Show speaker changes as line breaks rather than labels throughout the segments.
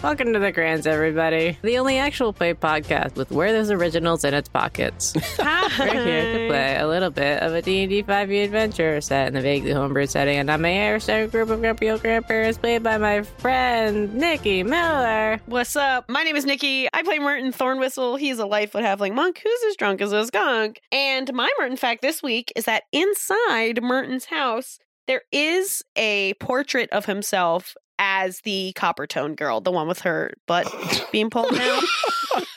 Welcome to the Grants, everybody. The only actual play podcast with where there's originals in its pockets. We're here to play a little bit of a D&D 5e E adventure set in the vaguely homebrew setting, and I'm a hair group of grumpy old grandparents played by my friend Nikki Miller.
What's up? My name is Nikki. I play Merton Thornwhistle. He's a Lightfoot Halfling monk who's as drunk as a skunk. And my Merton fact this week is that inside Merton's house, there is a portrait of himself as the copper tone girl, the one with her butt being pulled down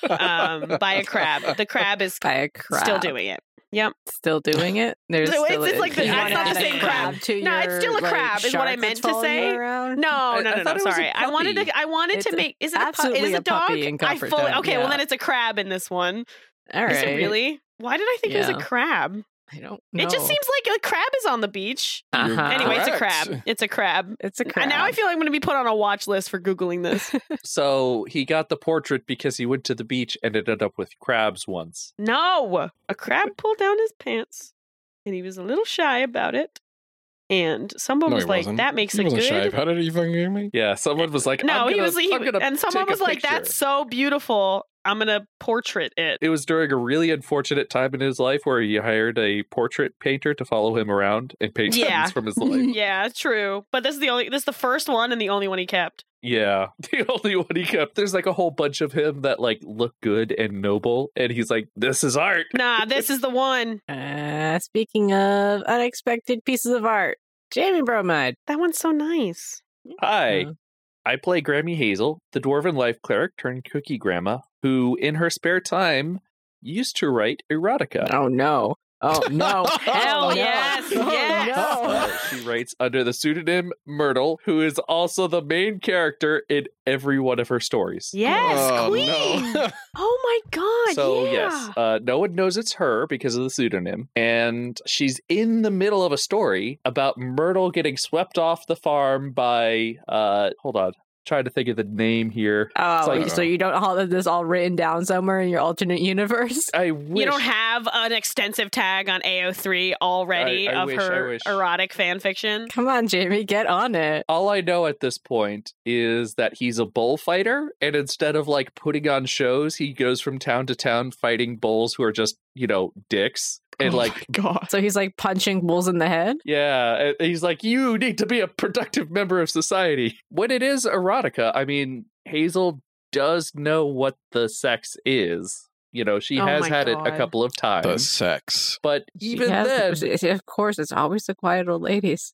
um, by a crab. The crab is
By a crab.
still doing it. Yep.
Still doing it? There's
So it's-
still
it's like the-
you
I
wanna
thought the
add a
same crab.
to
No, it's
your,
still a
like,
crab is what
shark
I meant
that's
to
following
say.
you around?
No,
I-
no,
I thought
no, no.
it was a
Sorry, I wanted
puppy.
to. I wanted
It's
to make. Is it a pu- It
absolutely
is
a
a dog.
puppy in
I
Comfort
fully
Zone,
okay.
yeah.
Well, then it's a crab in this one.
All right.
Is it really? Why did I think it was
Yeah.
a crab?
I don't know.
It just seems like a crab is on the beach.
Uh-huh.
Anyway, it's a
Correct.
crab. It's a crab.
It's a crab.
And now I feel like I'm going to be put on a watch list for googling this.
So he got the portrait because he went to the beach and ended up with crabs once.
no, a crab pulled down his pants, and he was a little shy about it. And someone
No,
was
he
like,
wasn't.
"That makes
he
a
wasn't
good."
shy about it. Are you fucking kidding me?
Yeah, someone was like,
no,
I'm
he
gonna-
was. He,
I'm gonna
and someone
take a
was like,
picture.
"That's so beautiful. I'm going to portrait it."
It was during a really unfortunate time in his life where he hired a portrait painter to follow him around and paint
Yeah.
things from his life.
yeah, true. But this is the only. This is the first one and the only one he kept.
yeah, the only one he kept. There's like a whole bunch of him that like look good and noble, and he's like, "This is art."
Nah, this is the one.
Uh, speaking of unexpected pieces of art, Jamie Bromide.
That one's so nice.
Hi.
Mm-hmm.
Uh,
I play Grammy Hazel, the dwarven life cleric turned cookie grandma, who in her spare time used to write erotica.
Oh no! Oh no!
Hell
no.
yes,
Oh,
yes.
no.
Uh, she writes under the pseudonym Myrtle, who is also the main character in every one of her stories.
Yes,
Oh,
Queen.
no.
oh my God.
So
yeah.
yes, uh, no one knows it's her because of the pseudonym, and she's in the middle of a story about Myrtle getting swept off the farm by. Uh, hold on, trying to think of the name here.
Oh,
like-
so you don't all have this all written down somewhere in your alternate universe?
I wish
You don't have an extensive tag on AO3 already
I- I
of
wish, I
her
wish.
erotic fan fiction.
Come on, Jamie, get on it.
all I know at this point is that he's a bullfighter, and instead of like putting on shows, he goes from town to town fighting bulls who are just you know dicks, and
Oh
like
my God.
So he's like punching bulls in the head.
yeah, and he's like you need to be a productive member of society. When it is erotica, I mean Hazel does know what the sex is. You know, she
Oh
has
my
had it
God.
a couple of times.
The sex.
But
She
even
has-
then,
she- of course, it's always the quiet old ladies.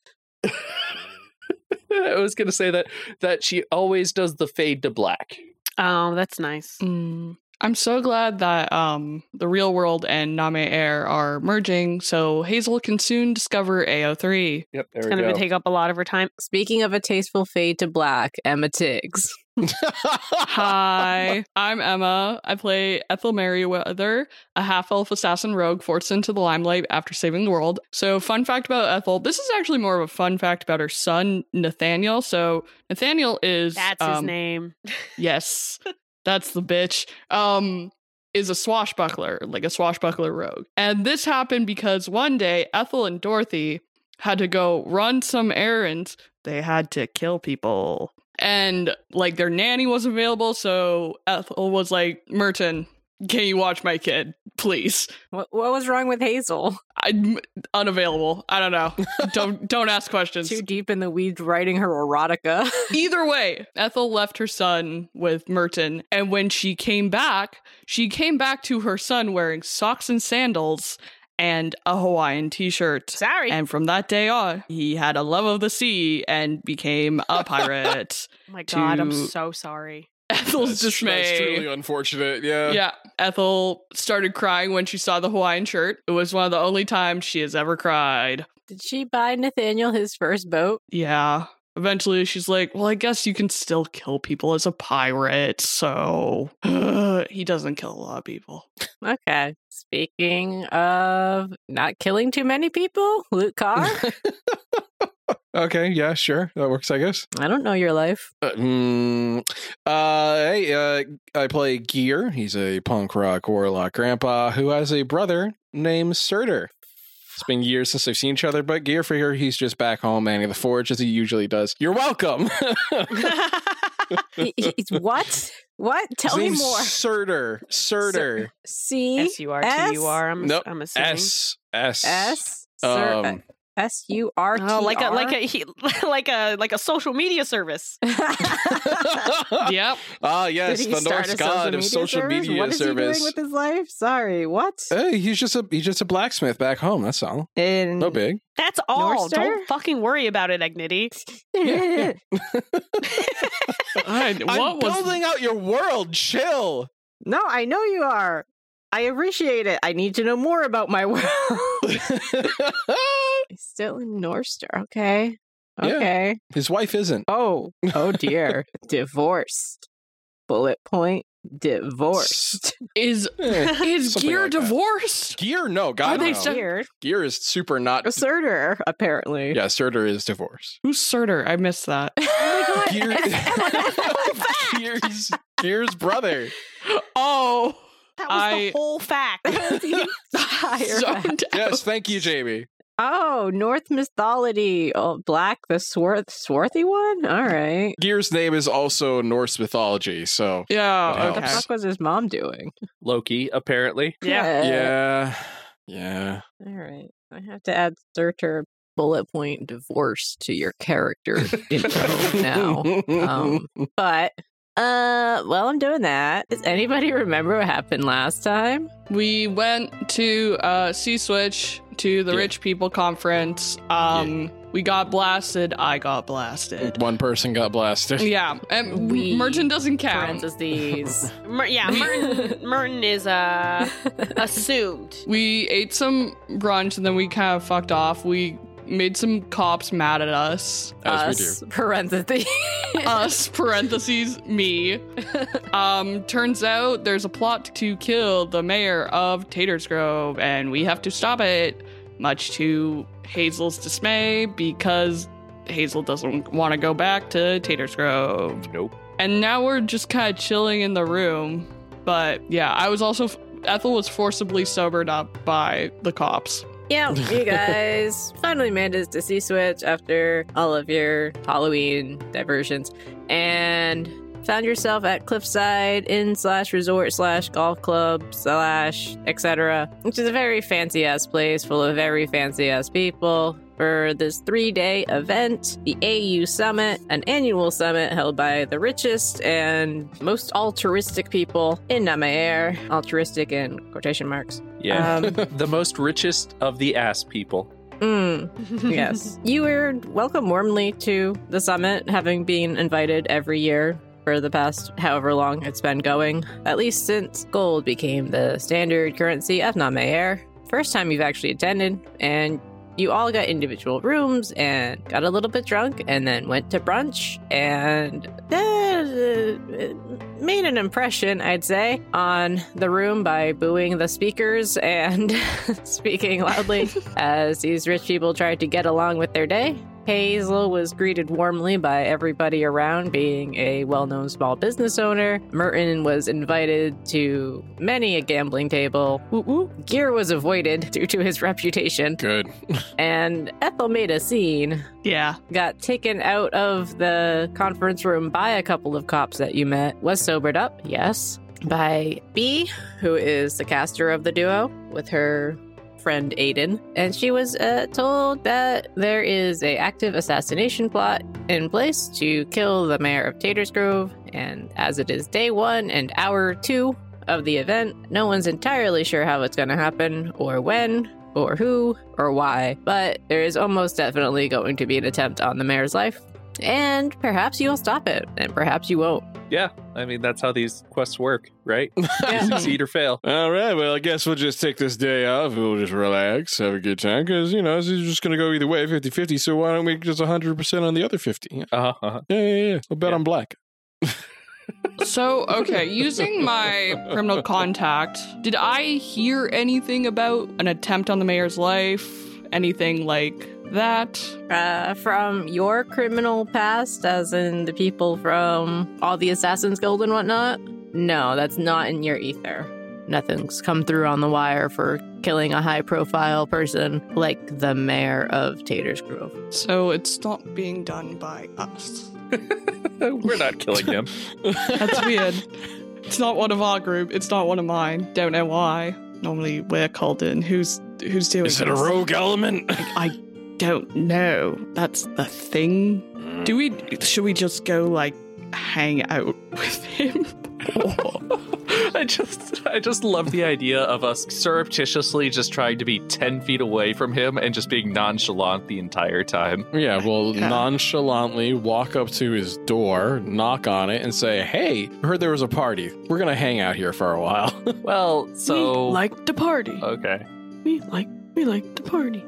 I was going to say that that she always does the fade to black.
Oh, that's nice.
Mm. I'm so glad that um, the real world and Name Air are merging, so Hazel can soon discover AO3.
Yep, there
It's
we
going
go.
to take up a lot of her time.
Speaking of a tasteful fade to black, Emma Tiggs.
Hi, I'm Emma. I play Ethel Merriweather, a half elf assassin rogue forced into the limelight after saving the world. So, fun fact about Ethel this is actually more of a fun fact about her son, Nathaniel. So, Nathaniel is.
That's his
um,
name.
Yes, that's the bitch. Um, is a swashbuckler, like a swashbuckler rogue. And this happened because one day Ethel and Dorothy had to go run some errands. They had to kill people. And like their nanny was available, so Ethel was like, Merton, can you watch my kid, please?
What, what was wrong with Hazel?
I'm unavailable. I don't know. don't don't ask questions.
Too deep in the weeds writing her erotica.
Either way, Ethel left her son with Merton, and when she came back, she came back to her son wearing socks and sandals and a Hawaiian t shirt.
Sorry.
And from that day on, he had a love of the sea and became a pirate.
oh my God, I'm
to-
so sorry.
Ethel's That's- dismay. that's truly uh, truly
unfortunate.
yeah, Ethel started crying when she saw the Hawaiian shirt. It was one of the only times she has ever cried.
Did she buy Nathaniel his first boat?
Yeah. Eventually, she's like, Well, I guess you can still kill people as a pirate. So he doesn't kill a lot of people.
Okay. Speaking of not killing too many people, Luke Carr.
Okay.
Yeah, sure. That works, I guess.
I don't know your life.
Uh, mm, uh, hey, uh, I play Gear. He's a punk rock warlock grandpa who has a brother named Surtur. It's been years since they've seen each other, but Gear for here, he's just back home manning the forge as he usually does. You're welcome.
He- he- he's- what? What? Tell
His
me
name's
more.
Surter. Surter.
C
S U R T U R. I'm
Nope.
I'm assuming.
S. S.
S uh,
Um,
S U R T R.
Oh, like a like a he, like a like a social media service.
yep.
Ah,
Did
yes,
he
the
start a
Norse god of social
service?
media
What is
service. Uh,
he doing with his life? Sorry, what?
Hey, he's just a he's just a blacksmith back home. That's all.
In
No big.
That's all.
Norster?
Don't fucking worry about it, Egnity.
Yeah,
I, what was
out your world. Chill.
no, I know you are. I appreciate it. I need to know more about my world. He's still in Norster. Okay.
Yeah.
Okay.
His wife isn't.
Oh, oh dear. divorced. Bullet point divorced.
is
Eh,
is
Something
gear
like that.
divorced?
Gear, no, God
Are they
no.
so-
Weird.
Gear is super not.
Asserter, apparently.
Yeah, Surtur is divorced.
Who's Surtur? I missed that.
Oh my
Gear,
God.
Gear's, Gear's brother.
Oh,
That was
I-
the whole fact.
Higher back.
zoned
Yes,
out.
thank you, Jamie.
oh, North Mythology. Oh, Black, the swarth, swarthy one? All right.
Gear's name is also Norse mythology, so
Yeah.
Wow.
What the
Okay.
fuck was his mom doing?
Loki, apparently.
Eh.
yeah, yeah.
All right. I have to add Surtur bullet point divorce to your character info now. Um, But, uh, while I'm doing that, does anybody remember what happened last time?
We went to uh, C Switch to the
Yeah.
Rich People Conference. Um, we got blasted. I got blasted.
One person got blasted.
yeah, and
We-
Merchant doesn't count.
Parentheses.
Mer- yeah, Merton, Merton is uh, assumed.
We ate some brunch and then we kind of fucked off. We made some cops mad at us.
As we do.
Us, parentheses.
Us parentheses me. Um, turns out there's a plot to kill the mayor of Taters Grove, and we have to stop it. Much to Hazel's dismay, because Hazel doesn't want to go back to Taters Grove.
Nope.
And now we're just kind of chilling in the room. But yeah, I was also. Ethel was forcibly sobered up by the cops.
yeah, you guys finally managed to see Switch after all of your Halloween diversions and found yourself at Cliffside Inn slash resort slash golf club slash etc., which is a very fancy ass place full of very fancy ass people. For this three day event, the AU Summit, an annual summit held by the richest and most altruistic people in Namaer, altruistic in quotation marks.
Yeah.
Um,
the most richest of the ass people.
mm, yes. You were welcome warmly to the summit, having been invited every year for the past however long it's been going, at least since gold became the standard currency of Namayer. First time you've actually attended, and you all got individual rooms and got a little bit drunk and then went to brunch and that uh, made an impression, I'd say, on the room by booing the speakers and speaking loudly as these rich people tried to get along with their day. Hazel was greeted warmly by everybody around, being a well known small business owner. Merton was invited to many a gambling table. Woo woo. Gear was avoided due to his reputation.
Good.
And Ethel made a scene,
Yeah.
got taken out of the conference room by a couple of cops that you met, was sobered up, yes, by B, who is the caster of the duo, with her friend Aiden. And she was uh, told that there is a active assassination plot in place to kill the mayor of Taters Grove. And as it is day one and hour two of the event, no one's entirely sure how it's going to happen or when. Or who, or why, but there is almost definitely going to be an attempt on the mayor's life. And perhaps you'll stop it, and perhaps you won't.
I mean, that's how these quests work, right?
Yeah.
You succeed or fail.
All right. Well, I guess we'll just take this day off. We'll just relax, have a good time, because, you know, this is just going to go either way 50 50. So why don't we just 100% on the other 50? Yeah,
Uh-huh, uh-huh.
yeah, yeah. yeah. We'll bet
Yeah.
on black.
So, okay, using my criminal contact, did I hear anything about an attempt on the mayor's life? Anything like that?
Uh, from your criminal past, as in the people from all the Assassin's Guild and whatnot? No, that's not in your ether. nothing's come through on the wire for killing a high profile person like the mayor of Tater's Grove.
So it's not being done by us.
We're not killing him.
That's weird. It's not one of our group. It's not one of mine. Don't know why. Normally we're called in. Who's who's doing
Is it a
this?
rogue element?
I don't know. That's the thing. Do we? Should we just go like hang out with him?
I just I just love the idea of us surreptitiously just trying to be ten feet away from him and just being nonchalant the entire time.
Yeah, we'll
Yeah.
nonchalantly walk up to his door, knock on it, and say, Hey, I heard there was a party. We're going to hang out here for a while.
Well, so
we like to party.
okay.
we like we like to party.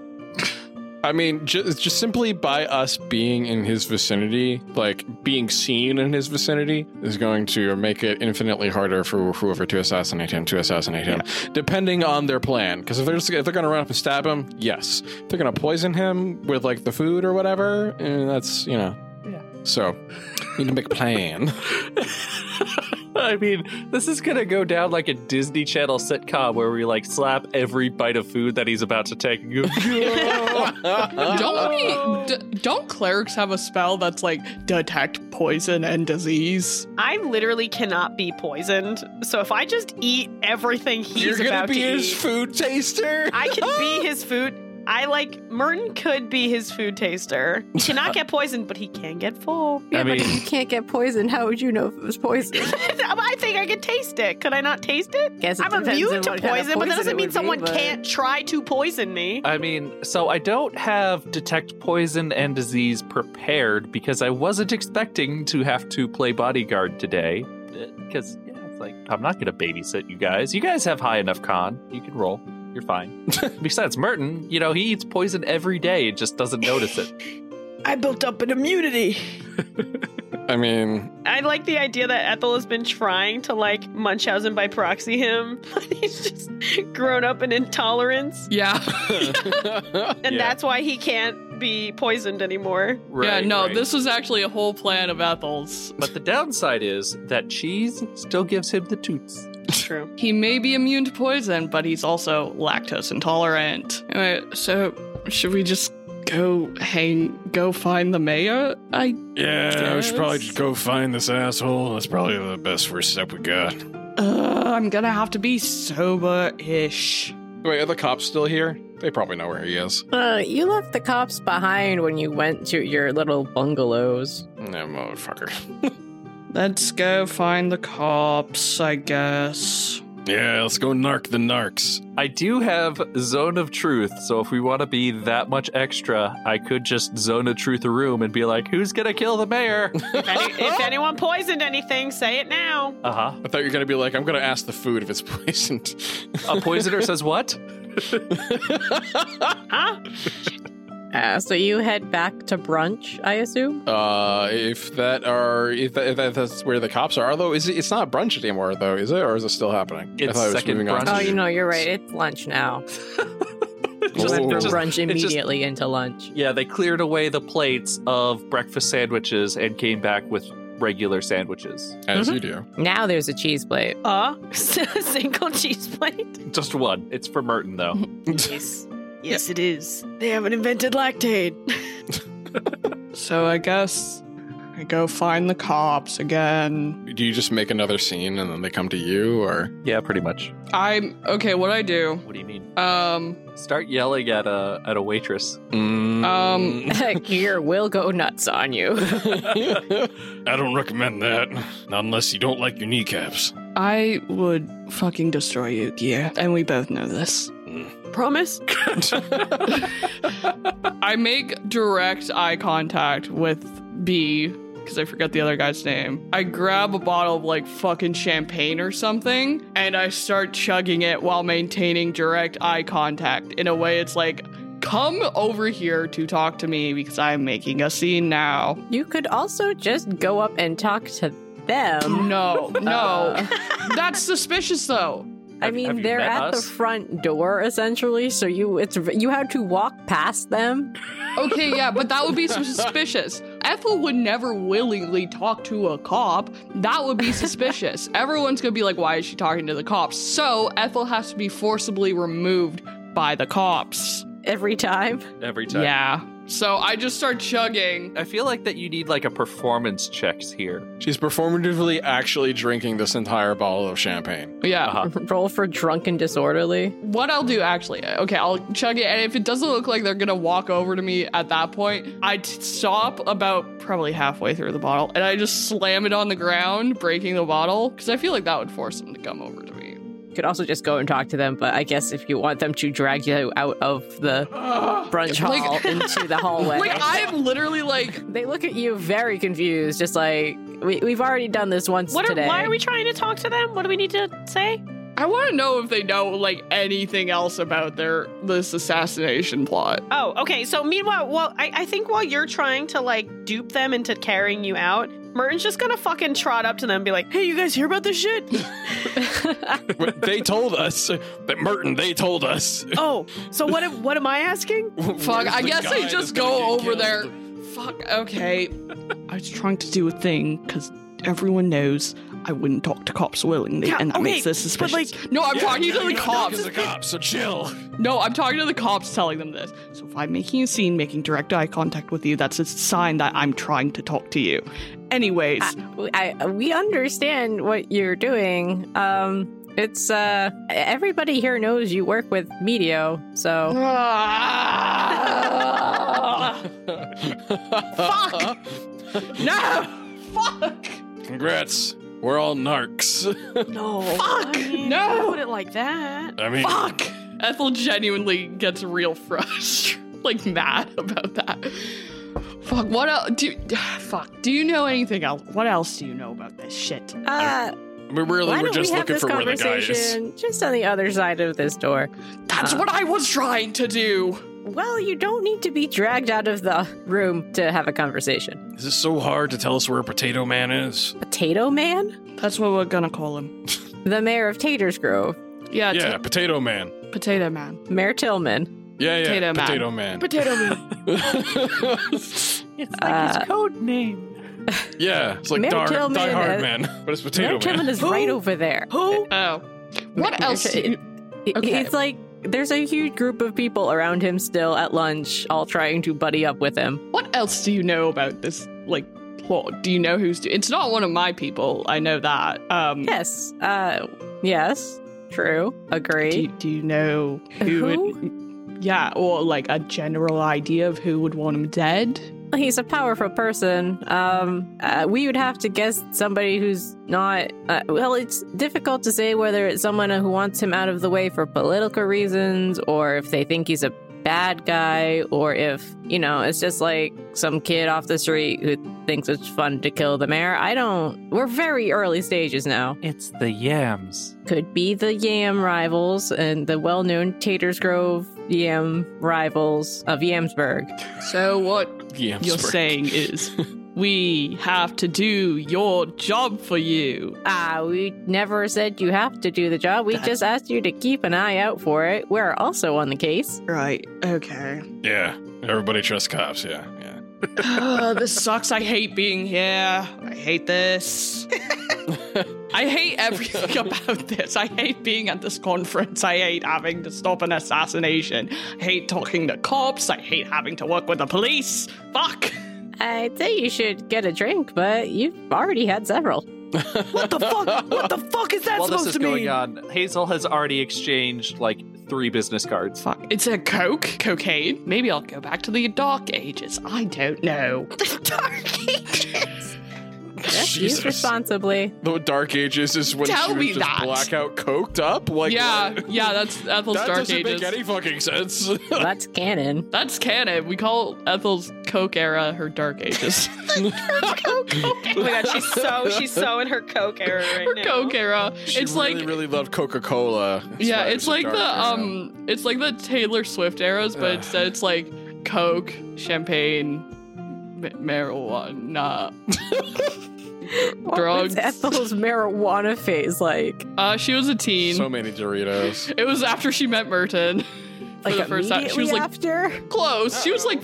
I mean, just, just simply by us being in his vicinity, like being seen in his vicinity, is going to make it infinitely harder for whoever to assassinate him, to assassinate him, depending on their plan. Because if they're, just, if they're going to run up and stab him, yes. If they're going to poison him with like the food or whatever, eh, that's, you know.
Yeah.
So, need to make a plan.
I mean, this is gonna go down like a Disney Channel sitcom where we like slap every bite of food that he's about to take. And go,
Don't we? D- don't clerics have a spell that's like detect poison and disease?
I literally cannot be poisoned. So if I just eat everything he's
You're gonna
about
be
to
his
eat,
food taster.
I can be his food. I like Merton could be his food taster. He cannot get poisoned, but he can get full.
I mean,
You can't get poisoned. How would you know if it was poison?
I think I could taste it. Could I not taste it?
Guess it
I'm
depends
immune
on
to
what
poison,
kind of
but that
poison it
doesn't mean
would be,
someone
but-
can't try to poison me.
I mean, so I don't have detect poison and disease prepared because I wasn't expecting to have to play bodyguard today. Because yeah, it's like I'm not gonna babysit you guys. You guys have high enough con. You can roll. You're fine. Besides, Merton, you know he eats poison every day and just doesn't notice it.
I built up an immunity.
I mean,
I like the idea that Ethel has been trying to like Munchausen by proxy him. He's just grown up in intolerance,
Yeah.
and
Yeah.
that's why he can't be poisoned anymore.
yeah.
Right,
No,
right.
this was actually a whole plan of Ethel's.
But the downside is that cheese still gives him the toots.
True.
He may be immune to poison, but he's also lactose intolerant. Anyway, so should we just go hang, go find the mayor? I
yeah, we should probably
Yes.
just go find this asshole. That's probably the best first step we got.
uh, I'm gonna have to be sober-ish.
Wait, are the cops still here? They probably know where he is.
Uh, you left the cops behind when you went to your little bungalows.
No, motherfucker.
Let's go find the cops, I guess.
Yeah, let's go narc the narcs.
I do have Zone of Truth, so if we want to be that much extra, I could just Zone of Truth a room and be like, who's gonna kill the mayor?
If, any- if anyone poisoned anything, say it now.
uh huh.
I thought you were gonna be like, I'm gonna ask the food if it's poisoned.
A poisoner says what?
Huh?
Uh, so you head back to brunch, I assume?
Uh, if that are if, that, if that- that's where the cops are, although is it, it's not brunch anymore though, is it? Or is it still happening?
It's
thought it was
second
moving on
brunch.
to-
Oh, you know, you're right. It's lunch now.
Just-
Went from
just-
brunch
it's just-
immediately into lunch.
Yeah, they cleared away the plates of breakfast sandwiches and came back with regular sandwiches.
as
mm-hmm.
you do.
Now there's a cheese plate.
Uh, single cheese plate.
Just one. It's for Merton, though.
Yes. Yes, it is. They haven't invented lactate.
So I guess I go find the cops again.
Do you just make another scene and then they come to you, or
yeah, pretty much.
I'm okay. What I do?
What do you mean?
Um,
Start yelling at a at a waitress.
Um,
Gear will go nuts on you.
I don't recommend that. Not unless you don't like your kneecaps.
I would fucking destroy you, yeah, and we both know this.
Promise?
I make direct eye contact with B because I forget the other guy's name. I grab a bottle of like fucking champagne or something and I start chugging it while maintaining direct eye contact. In a way, it's like, come over here to talk to me because I'm making a scene now.
you could also just go up and talk to them.
No,
Uh,
no. That's suspicious though.
I
Have- have
mean,
you
they're
met
at
us?
the front door essentially, so you it's you had to walk past them.
Okay, yeah, but that would be suspicious. Ethel would never willingly talk to a cop. That would be suspicious. Everyone's gonna be like, why is she talking to the cops? So Ethel has to be forcibly removed by the cops.
Every time.
every time.
Yeah. So I just start chugging.
I feel like that you need like a performance checks here.
She's performatively actually drinking this entire bottle of champagne.
Yeah.
Uh-huh.
Roll for drunken disorderly.
What I'll do actually, okay, I'll chug it, and if it doesn't look like they're gonna walk over to me at that point, I t- stop about probably halfway through the bottle, and I just slam it on the ground, breaking the bottle, because I feel like that would force them to come over to me.
You could also just go and talk to them, but I guess if you want them to drag you out of the brunch hall
Like-
into the hallway.
Like I'm literally like,
they look at you very confused, just like we, we've already done this once
What
today.
are, why are we trying to talk to them? What do we need to say?
I want to know if they know like anything else about their this assassination plot.
Oh, okay. So meanwhile, well, I, I think while you're trying to like dupe them into carrying you out, Merton's just gonna fucking trot up to them and be like, "Hey, you guys hear about this shit?
But they told us that Merton, they told us.
oh, so what? Am, what am I asking?
Fuck,
Where's
I
the
guess
guy
I just
that's gonna
go
get
over there.
killed?
Fuck, okay. I was trying to do a thing because everyone knows I wouldn't talk to cops willingly,
Yeah,
and that
okay,
makes this
but,
suspicious.
like-
no, I'm talking to
Yeah,
the
you don't talk
cops.
to the cops, so chill.
No, I'm talking to the cops telling them this. So if I'm making a scene, making direct eye contact with you, that's a sign that I'm trying to talk to you. Anyways,
I, I- we understand what you're doing. Um, it's uh, everybody here knows you work with Medio, so
Uh,
fuck! no! Fuck!
Congrats. We're all narcs.
No,
Fuck!
I mean,
No.
I put it like that.
I mean,
Fuck! Ethel genuinely gets real frustrated, like mad about that. Fuck, what else? Do, fuck, do you know anything else? What else do you know about this shit?
uh,
we really
why
were
don't
just
we have
looking
this
for where the guy is.
conversation just on the other side of this door?
That's what I was trying to do!
Well, you don't need to be dragged out of the room to have a conversation.
Is it so hard to tell us where Potato Man is?
Potato Man,
That's what we're gonna call him.
the mayor of Taters Grove,
Yeah,
yeah, Potato Man.
t- Potato Man.
Mayor Tillman.
Yeah, yeah,
Potato
Potato, Man.
Man. Potato Man.
It's like
Uh,
his code name.
yeah, it's like
Mayor
Dar-
Tillman,
Die Hard
uh,
Man, but it's
Mayor
Potato Man.
Tillman is
Who?
right over there.
Who?
oh. What
Ma-
else? do you-
It-
Okay.
It's like there's a huge group of people around him still at lunch, all trying to buddy up with him.
What else do you know about this, like, plot? Do you know who's. Do- it's not one of my people, I know that. Um,
Yes. Uh yes. True.
Do,
Agree.
do you know who, Would, yeah, or like a general idea of who would want him dead?
He's a powerful person. Um uh, we would have to guess somebody who's not uh, well, it's difficult to say whether it's someone who wants him out of the way for political reasons or if they think he's a bad guy or if, you know, it's just like some kid off the street who thinks it's fun to kill the mayor. I don't We're very early stages now.
It's the yams.
could be the yam rivals and the well-known Taters Grove yam rivals of Yamsburg.
So what
Yeah, I'm
you're
sorry.
saying is we have to do your job for you.
Ah, we never said you have to do the job. We
That's-
just asked you to keep an eye out for it. We're also on the case.
Right. Okay.
Yeah, everybody trusts cops. Yeah, yeah.
Oh, this sucks. I hate being here. I hate this. I hate everything about this. I hate being at this conference. I hate having to stop an assassination. I hate talking to cops. I hate having to work with the police. Fuck.
I'd say you should get a drink, but you've already had several.
What the fuck? What the fuck is that
While this
supposed
is
to
going
mean?
on, Hazel has already exchanged like three business cards.
Fuck. It's a coke, cocaine. Maybe I'll go back to the dark ages. I don't know.
Dark ages.
Yes, use responsibly.
The Dark Ages is when
Tell
she was
me
just
that.
blackout coked up. Like,
yeah,
what?
yeah, that's Ethel's
that
dark
doesn't
ages.
make any fucking sense.
That's canon.
that's canon. We call Ethel's coke era her dark ages.
Oh my god, she's so she's so in her coke era right
her
now.
coke era.
She
it's
really,
like
really loved Coca Cola.
yeah, it's like the um, it's like the Taylor Swift eras, but
Ugh.
instead it's like coke, champagne, ma- marijuana. Drugs.
What was Ethel's marijuana phase like?
Uh, she was a teen.
So many Doritos.
it was after she met Merton. for the first time. She was like
after.
close. She was like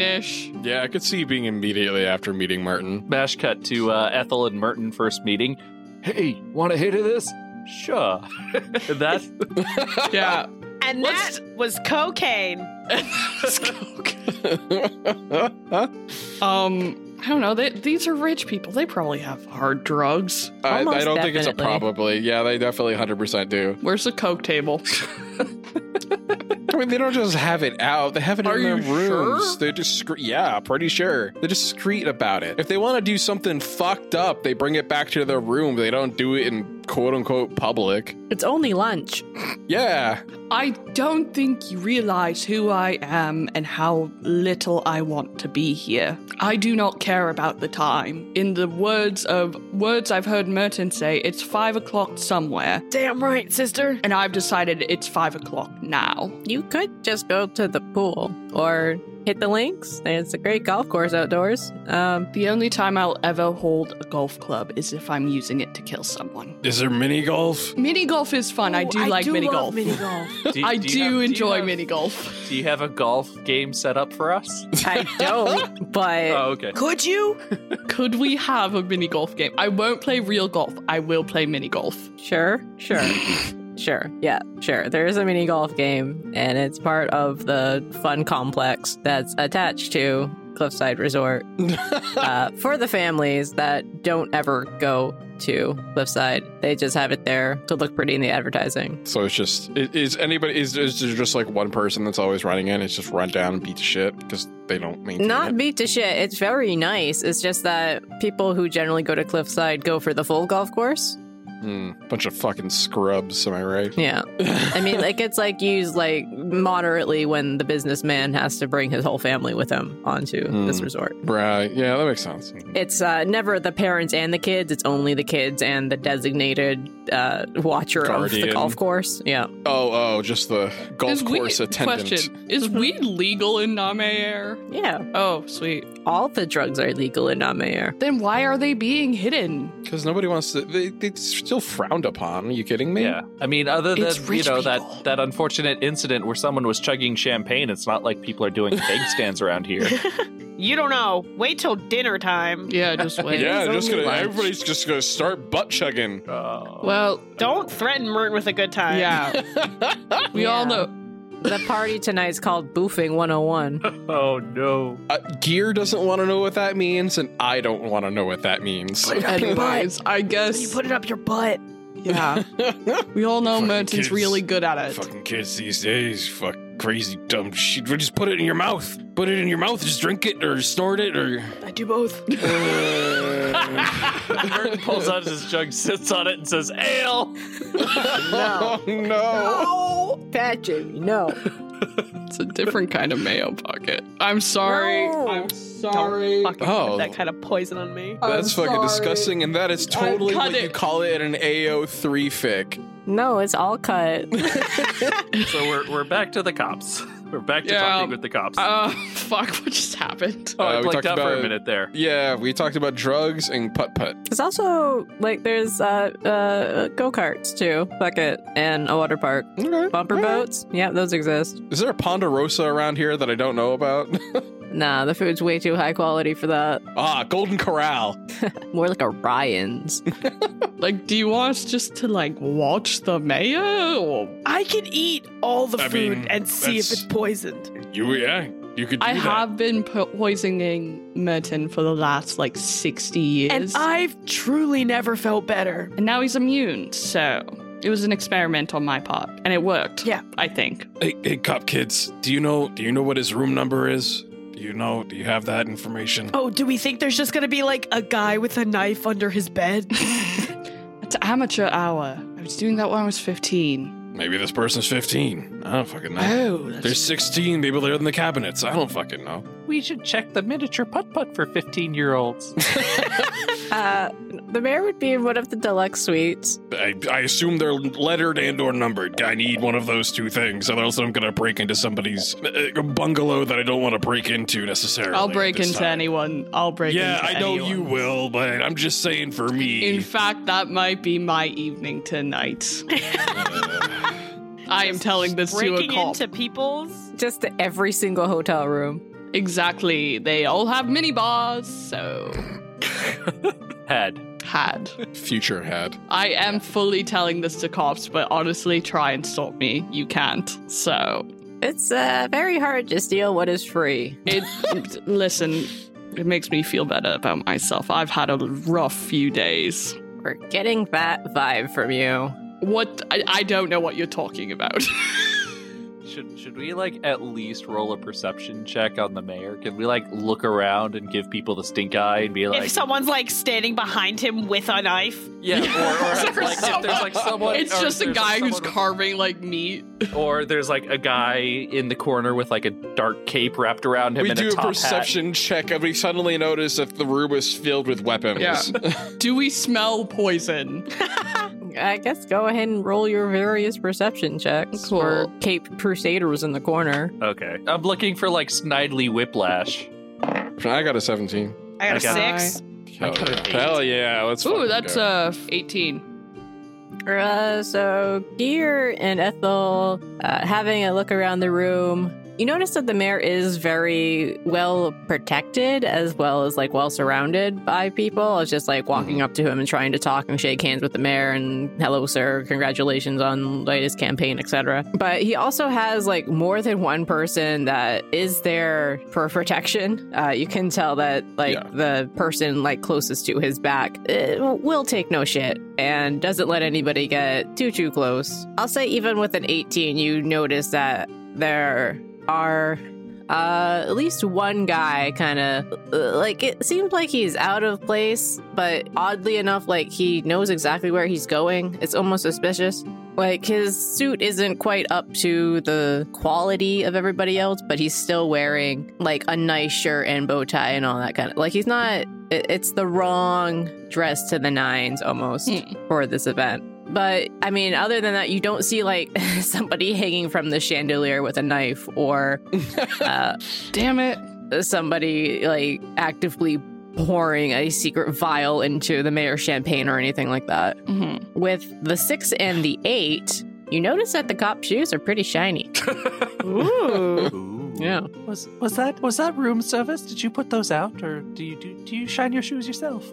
ish.
Yeah, I could see being immediately after meeting Martin.
Mash cut to uh, Ethel and Merton first meeting. Hey, want a hit of this? Sure. That's
Yeah.
And
Let's-
that was cocaine.
I,
um, I don't know. They, these are rich people. They probably have hard drugs.
I don't
Almost
think it's a
definitely.
probably. Yeah, they definitely 100% do.
Where's the coke table?
I mean, they don't just have it out. They have it
Are
in their
you
rooms.
sure?
They're discreet. Yeah, pretty sure. They're discreet about it. If they want to do something fucked up, they bring it back to their room. They don't do it in quote unquote public.
It's only lunch.
Yeah.
I don't think you realize who I am and how little I want to be here. I do not care about the time. In the words of words I've heard Merton say, it's five o'clock somewhere,
Damn right, sister.
and I've decided it's five o'clock now.
You could just go to the pool or hit the links. It's a great golf course outdoors. Um,
The only time I'll ever hold a golf club is if I'm using it to kill someone.
Is there mini golf?
Mini golf is fun. I do like mini golf.
Mini golf.
Do you-
I
do
do,
you have- do you
enjoy
have-
mini golf.
Do you have a golf game set up for us?
I don't, but
Oh, okay.
Could you?
Could we have a mini golf game? I won't play real golf. I will play mini golf.
Sure, sure. Sure. Yeah, sure. There is a mini golf game, and it's part of the fun complex that's attached to Cliffside Resort uh, for the families that don't ever go to Cliffside. They just have it there to look pretty in the advertising.
So it's just i- is anybody is, is there just like one person that's always running in? It's just run down and beat to shit because they don't maintain
Not
it.
beat to shit. It's very nice. It's just that people who generally go to Cliffside go for the full golf course.
Hmm. bunch of fucking scrubs. Am I right?
Yeah. I mean, like it's like used like moderately when the businessman has to bring his whole family with him onto this
Hmm.
resort.
Right. Yeah, that makes sense.
It's uh, never the parents and the kids. It's only the kids and the designated uh, watcher of
Guardian.
the golf course. Yeah.
Oh, oh, just the golf
Is
course
weed,
attendant.
Question, is weed legal in Name Air?
Yeah.
Oh, sweet.
All the drugs are legal in Namair.
Then why are they being hidden?
Because nobody wants to. They, they still frowned upon. Are you kidding me?
Yeah. I mean, other than
It's
you
rich
know
people.
that that unfortunate incident where someone was chugging champagne, it's not like people are doing keg stands around here.
You don't know. Wait till dinner time.
Yeah, just wait.
Yeah, they're just gonna, everybody's just gonna start butt chugging.
Oh.
Well,
Don't threaten Merton with a good time.
yeah. We all
Yeah.
know.
The party tonight's called Boofing 101.
oh no.
Uh, Gear doesn't want to know what that means, and I don't want to know what that means.
Anyways, I
You
guess.
put it up your butt.
Yeah. We all know
Fucking
Merton's
kids.
really good at it.
kids these days, fuck crazy dumb shit. Just put it in your mouth. Put it in your mouth. Just drink it or snort it or.
I do both.
Merton pulls out his jug, sits on it, and says, "Ale."
Oh no!
Oh, Pat Jamie, no.
It's a different kind of mayo bucket. I'm sorry.
No.
I'm sorry.
Fucking
Oh.
put that kind of poison on me.
That's
I'm
fucking
sorry.
disgusting, and that is totally
cut
what you
it.
call it an AO3 fic.
No, it's all cut.
So we're we're back to the cops. We're back to
Yeah,
talking
um,
with the cops.
Uh, fuck, what just happened?
oh,
uh,
I
we
blanked
talked
out for a
about-
minute there.
Yeah, we talked about drugs and putt putt.
There's also, like, there's uh, uh, go karts too. Fuck it. And a water park.
Okay.
Bumper boats. Yeah, those exist.
Is there a Ponderosa around here that I don't know about?
Nah, the food's way too high quality for that.
ah, Golden Corral.
More like a Ryan's.
Like, do you want us just to, like, watch the mayo? Or...
I can eat all the
I
food
mean,
and see if
that's-
it's poisoned.
You yeah, you could.
I have been po- poisoning Merton for the last, like, 60 years.
And I've truly never felt better.
And now he's immune, so it was an experiment on my part, and it worked.
Yeah.
I think.
Hey, hey, cop kids. Do you know? Do you know what his room number is? Do you know? Do you have that information?
Oh, do we think there's just gonna be like a guy with a knife under his bed?
It's amateur hour. I was doing that when I was 15.
Maybe this person's fifteen. I don't fucking know.
Oh, that's
There's sixteen people there in the cabinets. I don't fucking know.
We should check the miniature putt putt for fifteen-year-olds.
Uh, the mayor would be in one of the deluxe suites.
I, I assume they're lettered and or numbered. I need one of those two things, or else I'm gonna break into somebody's uh, bungalow that I don't want to break into necessarily.
I'll
at
break
this
into
time.
anyone. I'll break
yeah,
into
I know
anyone.
you will, but I'm just saying for me.
In fact, that might be my evening tonight. I am telling this to a
breaking
call.
into people's.
Just every single hotel room.
exactly. They all have mini bars, so
Had.
had.
Uh, Future had.
I am fully telling this to cops, but honestly, try and stop me. You can't. So
It's uh, very hard to steal what is free.
it listen, it makes me feel better about myself. I've had a rough few days.
We're getting that vibe from you.
What I, I don't know what you're talking about.
Should should we like at least roll a perception check on the mayor? Can we like look around and give people the stink eye and be like,
if someone's like standing behind him with a knife,
yeah,
Yeah.
or, or like if there's like someone,
it's
or
just a
there's,
guy
like,
who's
someone-
carving like meat.
or there's like a guy in the corner with like a dark cape wrapped around him.
we
and
do
a,
a,
top
perception check, and we suddenly notice that the room is filled with weapons.
Yeah. Do we smell poison?
I guess go ahead and roll your various perception checks
Cool.
for Cape Crusaders in the corner.
Hat. Okay, I'm looking for like Snidely Whiplash.
I got a 17.
I got a
Okay.
six.
Hell
got an
yeah.
eight.
Hell yeah. Let's
Ooh,
fucking
that's
go.
uh 18.
Uh, so, Gear and Ethel, uh, having a look around the room, you notice that the mayor is very well protected as well as like well surrounded by people. It's just like walking up to him and trying to talk and shake hands with the mayor and hello, sir, congratulations on latest campaign, etc. But he also has like more than one person that is there for protection. Uh, you can tell that like
Yeah.
the person like closest to his back uh, will take no shit and doesn't let anybody get too too close. I'll say even with an 18, you notice that there are uh, at least one guy kind of like it seems like he's out of place, but oddly enough, like he knows exactly where he's going. It's almost suspicious. Like his suit isn't quite up to the quality of everybody else, but he's still wearing like a nice shirt and bow tie and all that kind of like he's not. it- It's the wrong dress to the nines almost
Hmm.
for this event. But I mean, other than that, you don't see like somebody hanging from the chandelier with a knife or uh,
Damn it.
somebody like actively pouring a secret vial into the mayor's champagne or anything like that.
hmm
With the six and the eight, you notice that the cop's shoes are pretty shiny.
Ooh.
Ooh.
Yeah.
Was was that was that room service? Did you put those out, or do you do, do you shine your shoes yourself?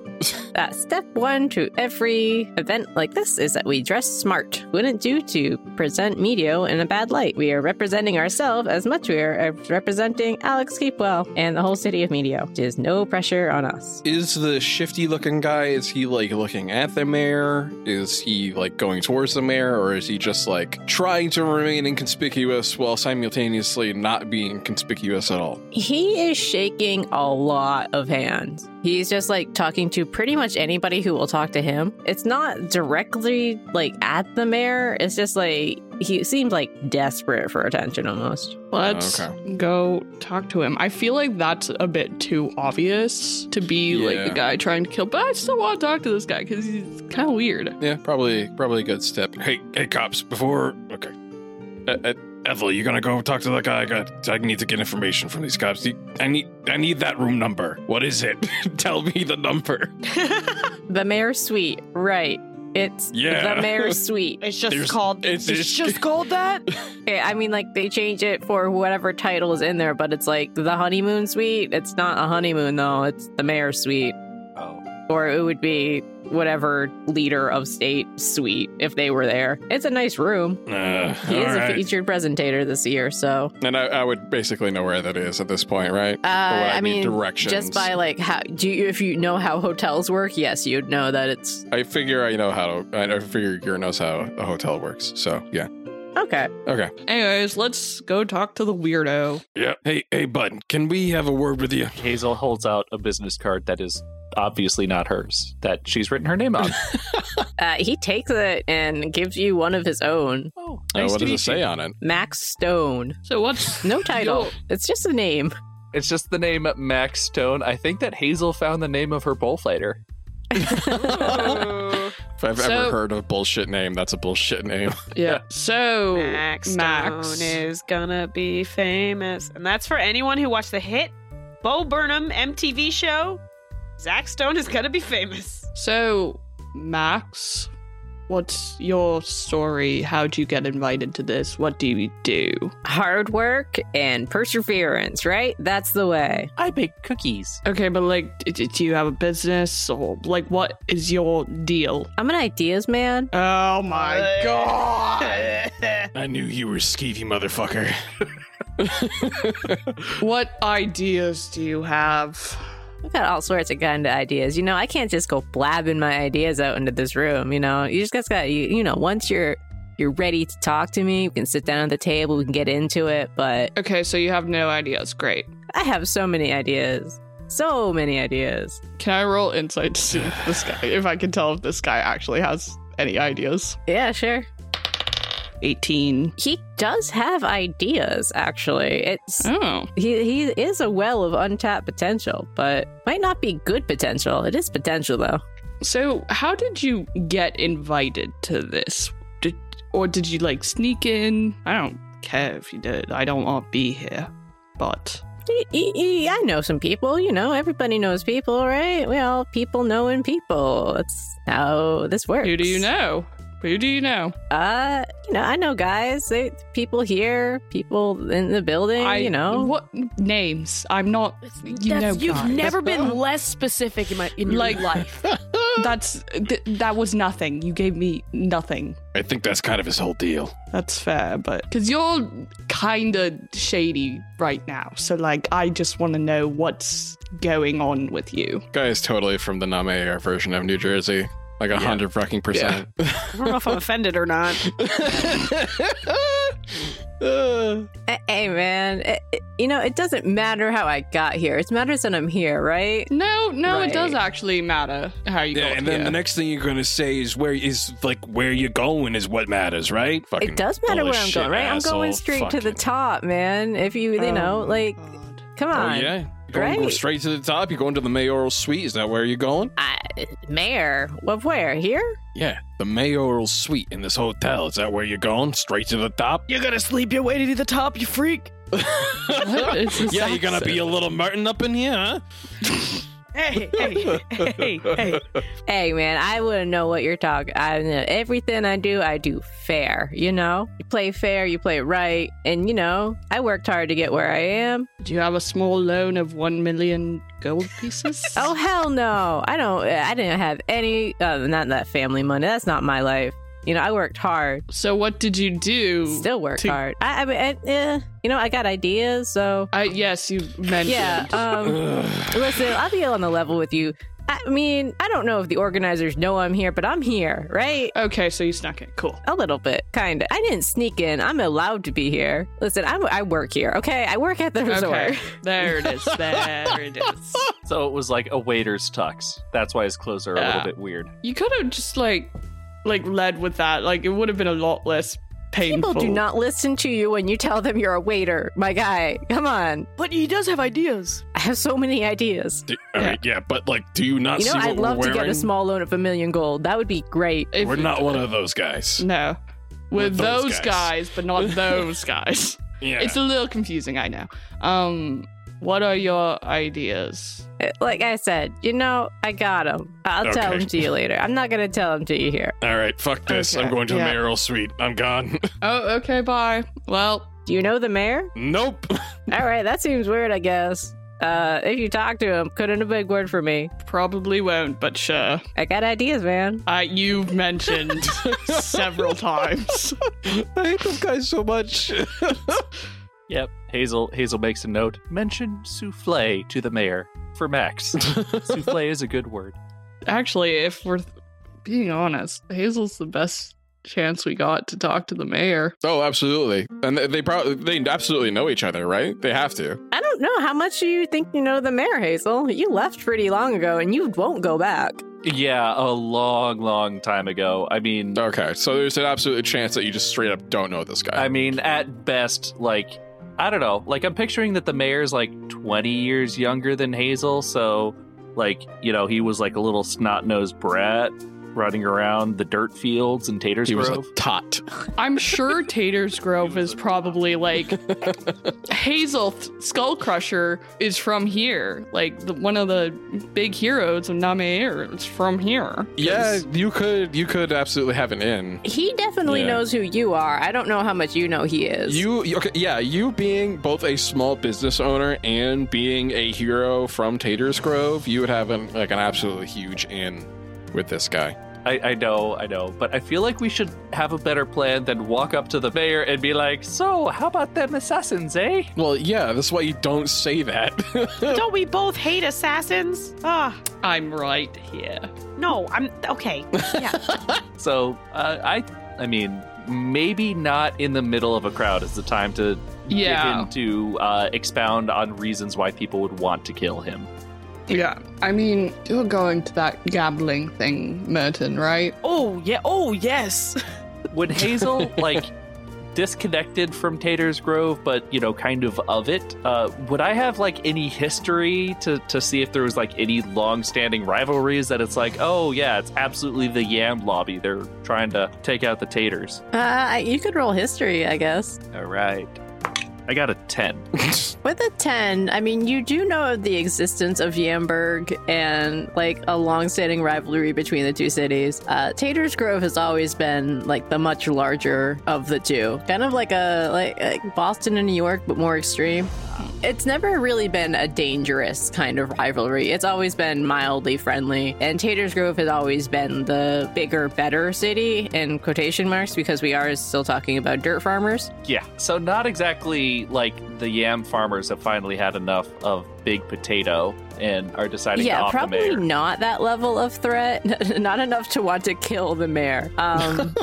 Uh, step one to every event like this is that we dress smart. Wouldn't do to present Medio in a bad light. We are representing ourselves as much we are uh, representing Alex Keepwell and the whole city of Medio. There's no pressure on us.
Is the shifty looking guy, is he like looking at the mayor? Is he like going towards the mayor? Or is he just like trying to remain inconspicuous while simultaneously not being conspicuous at all?
He is shaking a lot of hands. He's just like talking to pretty much anybody who will talk to him. It's not directly like at the mayor. It's just like he seems like desperate for attention almost.
Let's go talk to him. I feel like that's a bit too obvious to be like
Yeah.
the guy trying to kill, but I still want to talk to this guy because he's kind of weird.
Yeah, probably probably a good step. Hey, hey, cops! Before okay, uh, uh, Ethel, you gonna go talk to that guy? I got. I need to get information from these cops. You- I need I need that room number. What is it? Tell me the number.
The mayor's suite, right? It's
Yeah.
the mayor's suite.
It's just
There's-
called.
it's-
It's,
it's-
just called that.
Okay, I mean, like they change it for whatever title is in there, but it's like the honeymoon suite. It's not a honeymoon though. It's the mayor's suite.
Oh,
or it would be whatever leader of state suite if they were there. It's a nice room.
Uh,
He is a featured presentator this year, so
and I, I would basically know where that is at this point, right?
uh,
Or would
I,
need
mean,
directions.
just by like how do you if you know how hotels work? Yes, you'd know that it's
I figure I know how. I I figure Gear knows how a hotel works. So yeah.
okay.
Okay.
Anyways, let's go talk to the weirdo.
Yeah. Hey, hey, bud. Can we have a word with you?
Hazel holds out a business card that is obviously not hers that she's written her name on.
Uh, he takes it and gives you one of his own,
oh,
Uh, what does it say on it?
Max Stone.
So what's
No title.
Yo.
It's just a name.
It's just the name Max Stone. I think that Hazel found the name of her bullfighter.
Ooh.
Oh, If I've
So-
ever heard of a bullshit name, that's a bullshit name.
yeah? So
Max,
Max.
Stone is gonna be famous, and that's for anyone who watched the hit Bo Burnham MTV show. Zach Stone is gonna be famous.
So Max What's your story? How'd you get invited to this? What do you do?
Hard work and perseverance, right? That's the way.
I bake cookies.
Okay, but like, d- d- do you have a business or like, what is your deal?
I'm an ideas man.
Oh my god!
I knew you were skeevy, motherfucker.
What ideas do you have?
I've got all sorts of kind of ideas. You know, I can't just go blabbing my ideas out into this room. You know, you just got you, you know, once you're you're ready to talk to me, we can sit down at the table, we can get into it. But
Okay, so you have no ideas. Great.
I have so many ideas, so many ideas.
Can I roll insight to see if this guy, if I can tell if this guy actually has any ideas?
Yeah, sure.
18.
He does have ideas, actually. It's
Oh.
he he is a well of untapped potential, but might not be good potential. It is potential though.
So, how did you get invited to this? Did, or did you like sneak in? I don't care if you did. I don't want to be here. But
E- e- e- I know some people, you know, everybody knows people, right? Well, people knowing people. That's how this works.
who do you know? Who do you know?
Uh, you know, I know guys. They, people here, people in the building, you know.
what names? I'm not. You
That's-
know,
you've
guys.
never been less specific in my
Mm.
in
Like-
your life.
That's th- that was nothing. You gave me nothing.
I think that's kind of his whole deal.
That's fair, but because you're kind of shady right now, so like I just want to know what's going on with you.
Guy is totally from the Name Air version of New Jersey. Like a hundred fucking percent.
I don't know if I'm offended or not.
Uh,
Eh, hey, man, eh, eh, you know, it doesn't matter how I got here. It matters that I'm here, right?
No, no,
Right.
it does actually matter how you
Yeah,
got
and then
here.
the next thing you're gonna say is where is like where you're going is what matters, right?
fucking
It does matter where I'm
bullshit,
going, right? I'm going
asshole.
straight to the
Fucking-
top, man. If you, you
Oh
know,
my
like,
God.
come
Oh,
on.
yeah. You're going
Right.
straight to the top. You're going to the mayoral suite. Is that where you're going?
I, mayor of where? Here?
Yeah. The mayoral suite in this hotel. Is that where you're going? Straight to the top?
You're gonna sleep your way to the top, you freak.
What is this
yeah, you're going to be a little Martin up in here, huh?
Hey, hey, hey, hey.
Hey man, I wouldn't know what you're talking. I know everything I do, I do fair. You know, you play fair, you play right, and you know, I worked hard to get where I am.
Do you have a small loan of one million gold pieces?
Oh hell no, I don't. I didn't have any. Uh, not that family money. That's not my life. You know, I worked hard.
so what did you do?
Still work
to-
hard. I, I mean, I, eh, you know, I got ideas. So
I, yes, you mentioned.
yeah. Um, listen, I'll be on the level with you. I mean, I don't know if the organizers know I'm here, but I'm here, right?
Okay, so you snuck in. Cool.
A little bit, kind of. I didn't sneak in. I'm allowed to be here. Listen, I'm, I work here, okay? I work at the resort.
Okay, there it is. There it is.
So it was like a waiter's tux. That's why his clothes are a
Yeah.
Ah.
little bit weird.
You could have just like, like led with that. Like it would have been a lot less painful.
People do not listen to you when you tell them you're a waiter, my guy. Come on.
But he does have ideas.
I have so many ideas.
D- all right, yeah, but like, do you not
You know,
see what
I'd
we're
love to
wearing?
get a small loan of a million gold. That would be great.
If-
we're not one of those guys.
No,
We're
with
those
those,
guys.
guys. but not those guys.
Yeah.
It's a little confusing, I know. Um, what are your ideas?
Uh, Like I said, you know, I got them. I'll tell 'em tell
Okay.
them to you later. I'm not going to tell them to you here.
all right, fuck this.
Okay,
I'm going to the
yeah.
mayoral suite. I'm gone.
Oh, okay, bye. Well,
Do you know the mayor?
nope.
All right, that seems weird, I guess. Uh, if you talk to him, couldn't a big word for me.
probably won't, but sure.
I got ideas, man.
Uh, you've mentioned several times.
I hate those guys so much.
Yep. Hazel Hazel makes a note. Mention souffle to the mayor for Max. souffle is a good word.
Actually, if we're being honest, Hazel's the best chance we got to talk to the mayor.
oh, absolutely. And they, they probably they absolutely know each other, right? They have to.
I don't know. How much do you think you know the mayor, Hazel? You left pretty long ago and you won't go back.
Yeah, a long, long time ago. I mean
Okay, so there's an absolute chance that you just straight up don't know this guy.
I mean, at best, like, I don't know. Like, I'm picturing that the mayor's like 20 years younger than Hazel. So, like, you know, he was like a little snot nosed brat running around the dirt fields in Taters
He was a
Grove.
tot.
I'm sure Taters Grove is probably like Hazel Th- Skull Crusher is from here. Like the, one of the big heroes of Name Air is from here.
Yeah, you could you could absolutely have an in.
He definitely
Yeah.
knows who you are. I don't know how much you know he is.
You you- okay? Yeah, you being both a small business owner and being a hero from Taters Grove, you would have an, like an absolutely huge in with this guy.
I, I know, I know, but I feel like we should have a better plan than walk up to the mayor and be like, "So, how about them assassins, eh?"
Well, yeah, that's why you don't say that.
Don't we both hate assassins? Ah,
I'm right here.
no, I'm okay. Yeah.
So, uh, I, I mean, maybe not in the middle of a crowd is the time to
Yeah.
get him to uh, expound on reasons why people would want to kill him.
Yeah. I mean, you're going to that gambling thing, Merton, right?
Oh yeah. Oh yes.
Would Hazel like disconnected from Tater's Grove, but you know, kind of of it? Uh, would I have like any history to to see if there was like any long-standing rivalries that it's like, oh yeah, it's absolutely the Yam Lobby. They're trying to take out the Taters.
uh, you could roll history, I guess.
All right, I got a ten.
With a 10, I mean, you do know of the existence of Yamburg and like a long-standing rivalry between the two cities. Uh, Taters Grove has always been like the much larger of the two, kind of like a like, like Boston and New York, but more extreme. It's never really been a dangerous kind of rivalry. It's always been mildly friendly, and Taters Grove has always been the bigger, better city in quotation marks because we are still talking about dirt farmers.
Yeah, so not exactly like the yam farmers have finally had enough of big potato and are deciding to
yeah,
off the
probably
mayor.
not that level of threat. Not enough to want to kill the mayor. Um,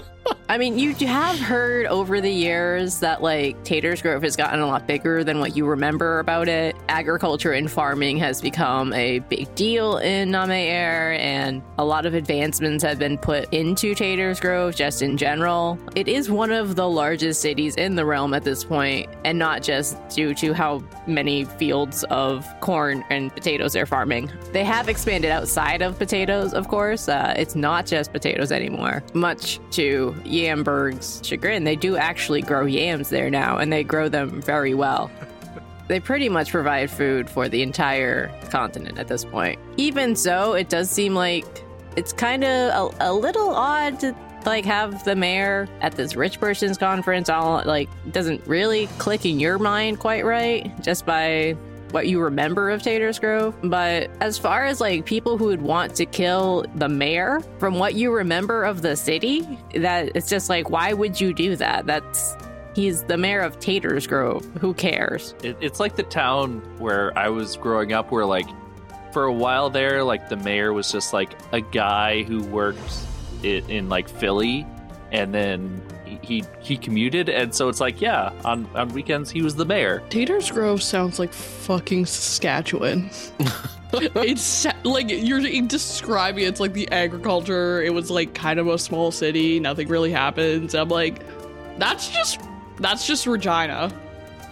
I mean, you do have heard over the years that like Taters Grove has gotten a lot bigger than what you remember about it. Agriculture and farming has become a big deal in Name Air, and a lot of advancements have been put into Taters Grove just in general. It is one of the largest cities in the realm at this point, and not just due to how many fields of corn and potatoes they're farming. They have expanded outside of potatoes, of course. Uh, it's not just potatoes anymore. Much to Yamberg's chagrin, they do actually grow yams there now, and they grow them very well. They pretty much provide food for the entire continent at this point. Even so, it does seem like it's kind of a, a little odd to like have the mayor at this rich person's conference all like doesn't really click in your mind quite right just by what you remember of Taters Grove. But as far as like people who would want to kill the mayor, from what you remember of the city, that it's just like, why would you do that? That's he's the mayor of Taters Grove. Who cares?
It, it's like the town where I was growing up, where like for a while there, like the mayor was just like a guy who worked in, in like Philly, and then he, he he commuted, and so it's like yeah, on on weekends he was the mayor.
Taters Grove sounds like fucking Saskatchewan. it's sa- like you're describing it's like the agriculture. It was like kind of a small city. Nothing really happens. I'm like, that's just that's just Regina.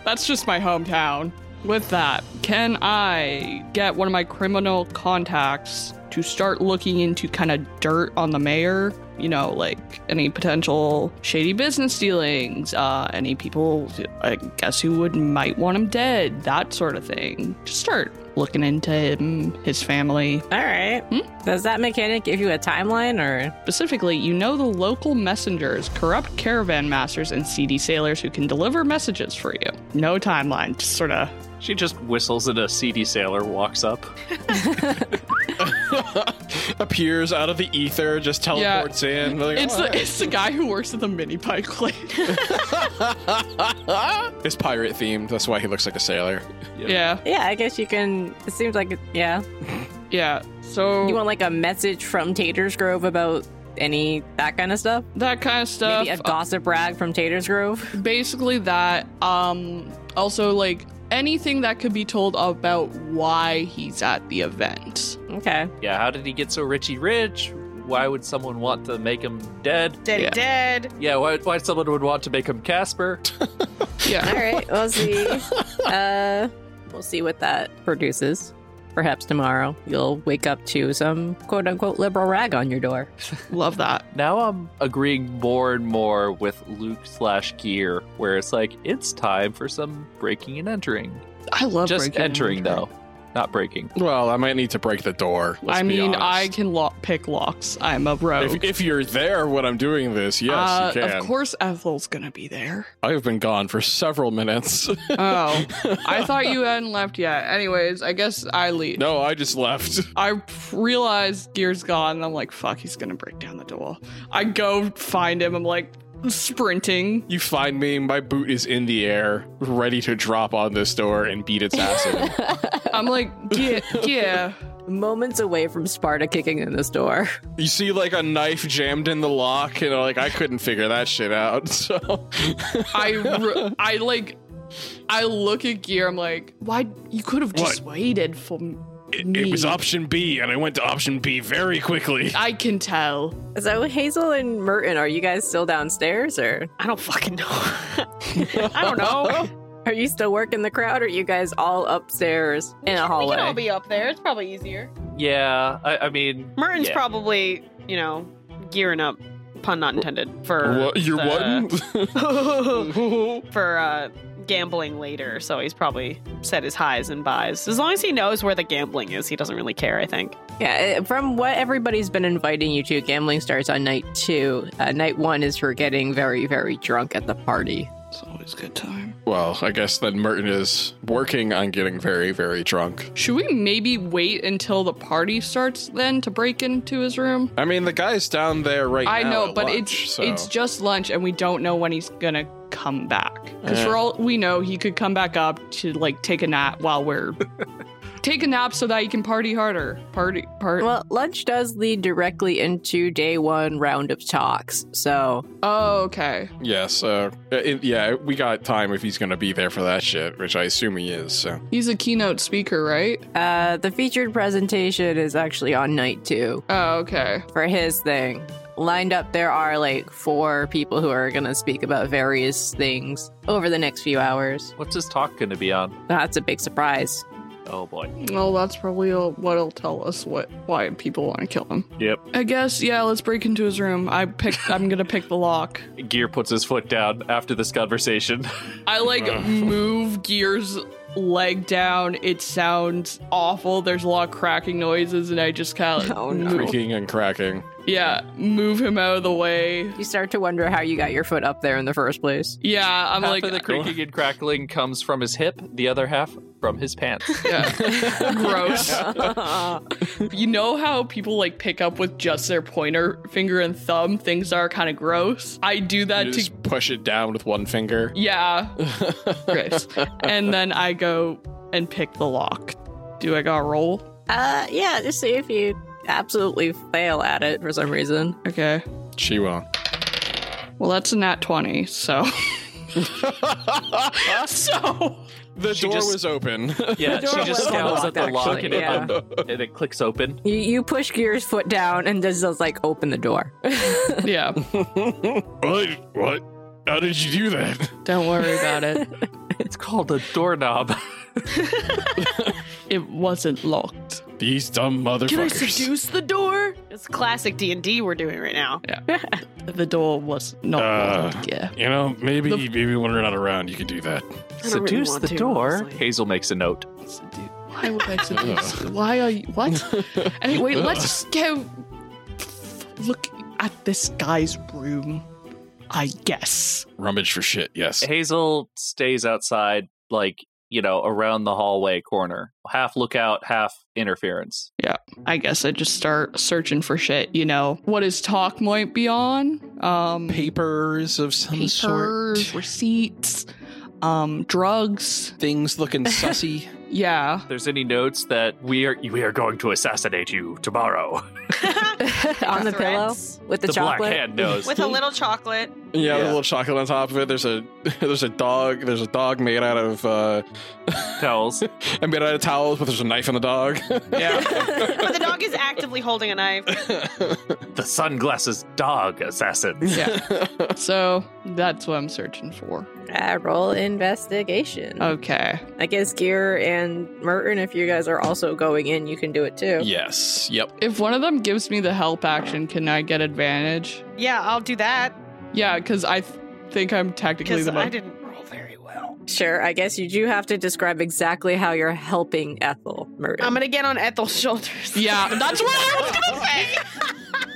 That's just my hometown. With that, can I get one of my criminal contacts to start looking into kind of dirt on the mayor? You know, like any potential shady business dealings, uh, any people, I guess, who would might want him dead, that sort of thing. Just start looking into him, his family.
All right. Does that mechanic give you a timeline or
Specifically, you know the local messengers, corrupt caravan masters, and seedy sailors who can deliver messages for you. No timeline, just sort of
She just whistles, and a seedy sailor walks up.
Appears out of the ether, just
Yeah.
teleports in. like,
It's
"All
the, it's the guy who works at the mini pike plane.
right." it's pirate themed. That's why he looks like a sailor.
yeah,
Yeah, I guess you can it seems like it- yeah.
yeah. So
You want like a message from Taters Grove about any that kind of stuff?
that kind of stuff. Uh,
Maybe a gossip rag from Taters Grove?
Basically that. Um. Also, like anything that could be told about why he's at the event.
Okay.
Yeah, how did he get so richy rich? Why would someone want to make him dead?
Dead
Yeah.
dead.
Yeah, why, why someone would want to make him Casper?
Yeah.
All right, we'll see. uh, we'll see what that produces. Perhaps tomorrow you'll wake up to some quote unquote liberal rag on your door.
Love that.
Now I'm agreeing more and more with Luke slash Gear, where it's like it's time for some breaking and entering.
I love
Just
breaking and
entering though, not breaking.
Well, I might need to break the door. let's
I
be
mean, I
honest.
can lock, pick locks. I'm a rogue.
If, if you're there when I'm doing this, yes,
Uh,
you can.
Of course, Ethel's gonna be there.
I have been gone for several minutes.
Oh, I thought you hadn't left yet. Anyways, I guess I leave.
no, I just left.
I realized Gear's gone, and I'm like, fuck, he's gonna break down the door. I go find him. I'm like sprinting.
You find me, my boot is in the air, ready to drop on this door and beat its ass in.
I'm like, Gear, Gear.
Moments away from Sparta kicking in this door.
You see like a knife jammed in the lock, and like I couldn't figure that shit out. So
I, r- I like, I look at Gear. I'm like, why? You could have just waited for m-
It,
me.
it was option B, and I went to option B very quickly.
I can tell.
So Hazel and Merton, are you guys still downstairs or
I don't fucking know. I don't know.
are you still working the crowd or are you guys all upstairs in a
We
hallway?
can all be up there. It's probably easier.
Yeah, I, I mean,
Merton's
Yeah.
probably, you know, gearing up, pun not intended, for
what, you're
uh,
what?
for uh gambling later, so he's probably set his highs and buys. As long as he knows where the gambling is, he doesn't really care, I think.
Yeah, uh, from what everybody's been inviting you to, gambling starts on night two. Uh, night one is for getting very, very drunk at the party.
It's always a good time.
well, I guess then Merton is working on getting very, very drunk.
Should we maybe wait until the party starts then to break into his room?
I mean, the guy's down there right
I
now.
know,
at
but
lunch,
it's
so-
it's just lunch, and we don't know when he's gonna come back. Because
Yeah.
for all we know, he could come back up to like take a nap while we're take a nap so that he can party harder. Party, party.
Well, lunch does lead directly into day one round of talks. So
oh, okay.
yeah. So uh, it, yeah, we got time if he's gonna be there for that shit, which I assume he is. So
He's a keynote speaker, right?
uh, the featured presentation is actually on night two
Oh, okay.
for his thing. Lined up, there are like four people who are going to speak about various things over the next few hours.
what's his talk going to be on?
That's a big surprise.
Oh boy.
Well, that's probably all- what'll tell us what why people want to kill him.
Yep.
I guess. Yeah, let's break into his room. I pick. I'm gonna pick the lock.
Gear puts his foot down after this conversation.
I like move Gear's leg down. It sounds awful. There's a lot of cracking noises, and I just kind of
Oh, no.
creaking and cracking.
yeah move him out of the way.
You start to wonder how you got your foot up there in the first place.
Yeah, I'm
half
like
of the creaking and crackling comes from his hip, the other half from his pants.
yeah. gross.
Uh,
You know how people like pick up with just their pointer finger and thumb things that are kind of gross. I do that
You
Uh, to
just push it down with one finger.
yeah, gross. and then I go and pick the lock. Do I got to roll?
Uh, yeah, just see if you absolutely fail at it for some reason.
Okay.
She won't.
Well, that's a nat 20, so. so.
The
She
door
just-
was open.
Yeah,
The
she
door
just
was
scowls
unlocked,
at the lock and,
actually,
it, and it clicks open.
You, you push Gear's foot down and just, just like open the door.
Yeah.
What? What? How did you do that?
Don't worry about it.
It's called a doorknob.
It wasn't locked.
These dumb
Can I
motherfuckers.
seduce the door?
It's classic D and D we're doing right now.
The door was not
Uh,
locked. Yeah.
You know, maybe maybe when we're not around, you can do that.
I don't really
Seduce
want
the
to,
door.
honestly.
Hazel makes a note.
Why would I say this? Why are you. What? Anyway, let's go look at this guy's room, I guess.
Rummage for shit. Yes.
Hazel stays outside, like, you know, around the hallway corner. Half lookout, half interference.
I guess I just start searching for shit, you know, what his talk might be on. Um,
Papers of some
papers, receipts, um, drugs.
Things looking sussy.
Yeah.
If there's any notes that we are we are going to assassinate you tomorrow.
on the pillow
Threats.
with the,
The, black
chocolate.
hand knows.
With a little chocolate.
Yeah,
Yeah.
the little chocolate on top of it. There's a there's a dog. There's a dog made out of uh,
towels.
I made out of towels, but there's a knife in the dog.
Yeah.
But the dog is actively holding a knife.
the sunglasses dog assassin.
Yeah. so that's what I'm searching for.
Uh, roll investigation.
Okay.
I guess Gear and Merton, if you guys are also going in, you can do it too.
Yes. Yep.
If one of them gives me the help action, can I get advantage?
Yeah, I'll do that
Yeah, because I th- think I'm technically
because
the
I
most.
didn't roll very well.
Sure. I guess you do have to describe exactly how you're helping Ethel Merton.
I'm gonna get on Ethel's shoulders.
Yeah, that's what I was gonna.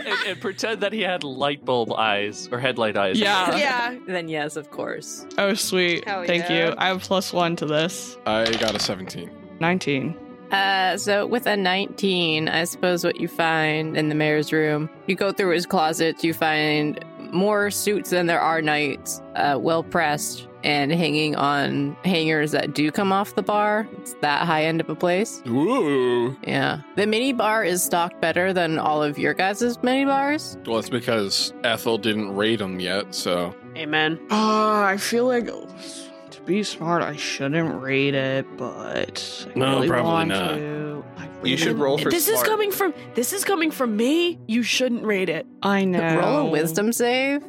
and, and pretend that he had light bulb eyes or headlight eyes.
Yeah.
yeah.
Then yes, of course.
Oh, sweet.
Hell
Thank
yeah.
you. I have plus one to this.
I got a 17.
19.
Uh, so with a 19, I suppose what you find in the mayor's room, you go through his closets, you find more suits than there are knights, uh, well pressed and hanging on hangers that do come off the bar. It's that high end of a place.
Ooh.
Yeah. The mini bar is stocked better than all of your guys' mini bars.
Well, that's because Ethel didn't raid them yet, so
Amen.
Uh, I feel like to be smart, I shouldn't read it, but I
No,
really
probably
want
not.
to. I
You should
really-
roll for
this
smart.
is coming from this is coming from me. You shouldn't rate it.
I know.
Roll a wisdom save.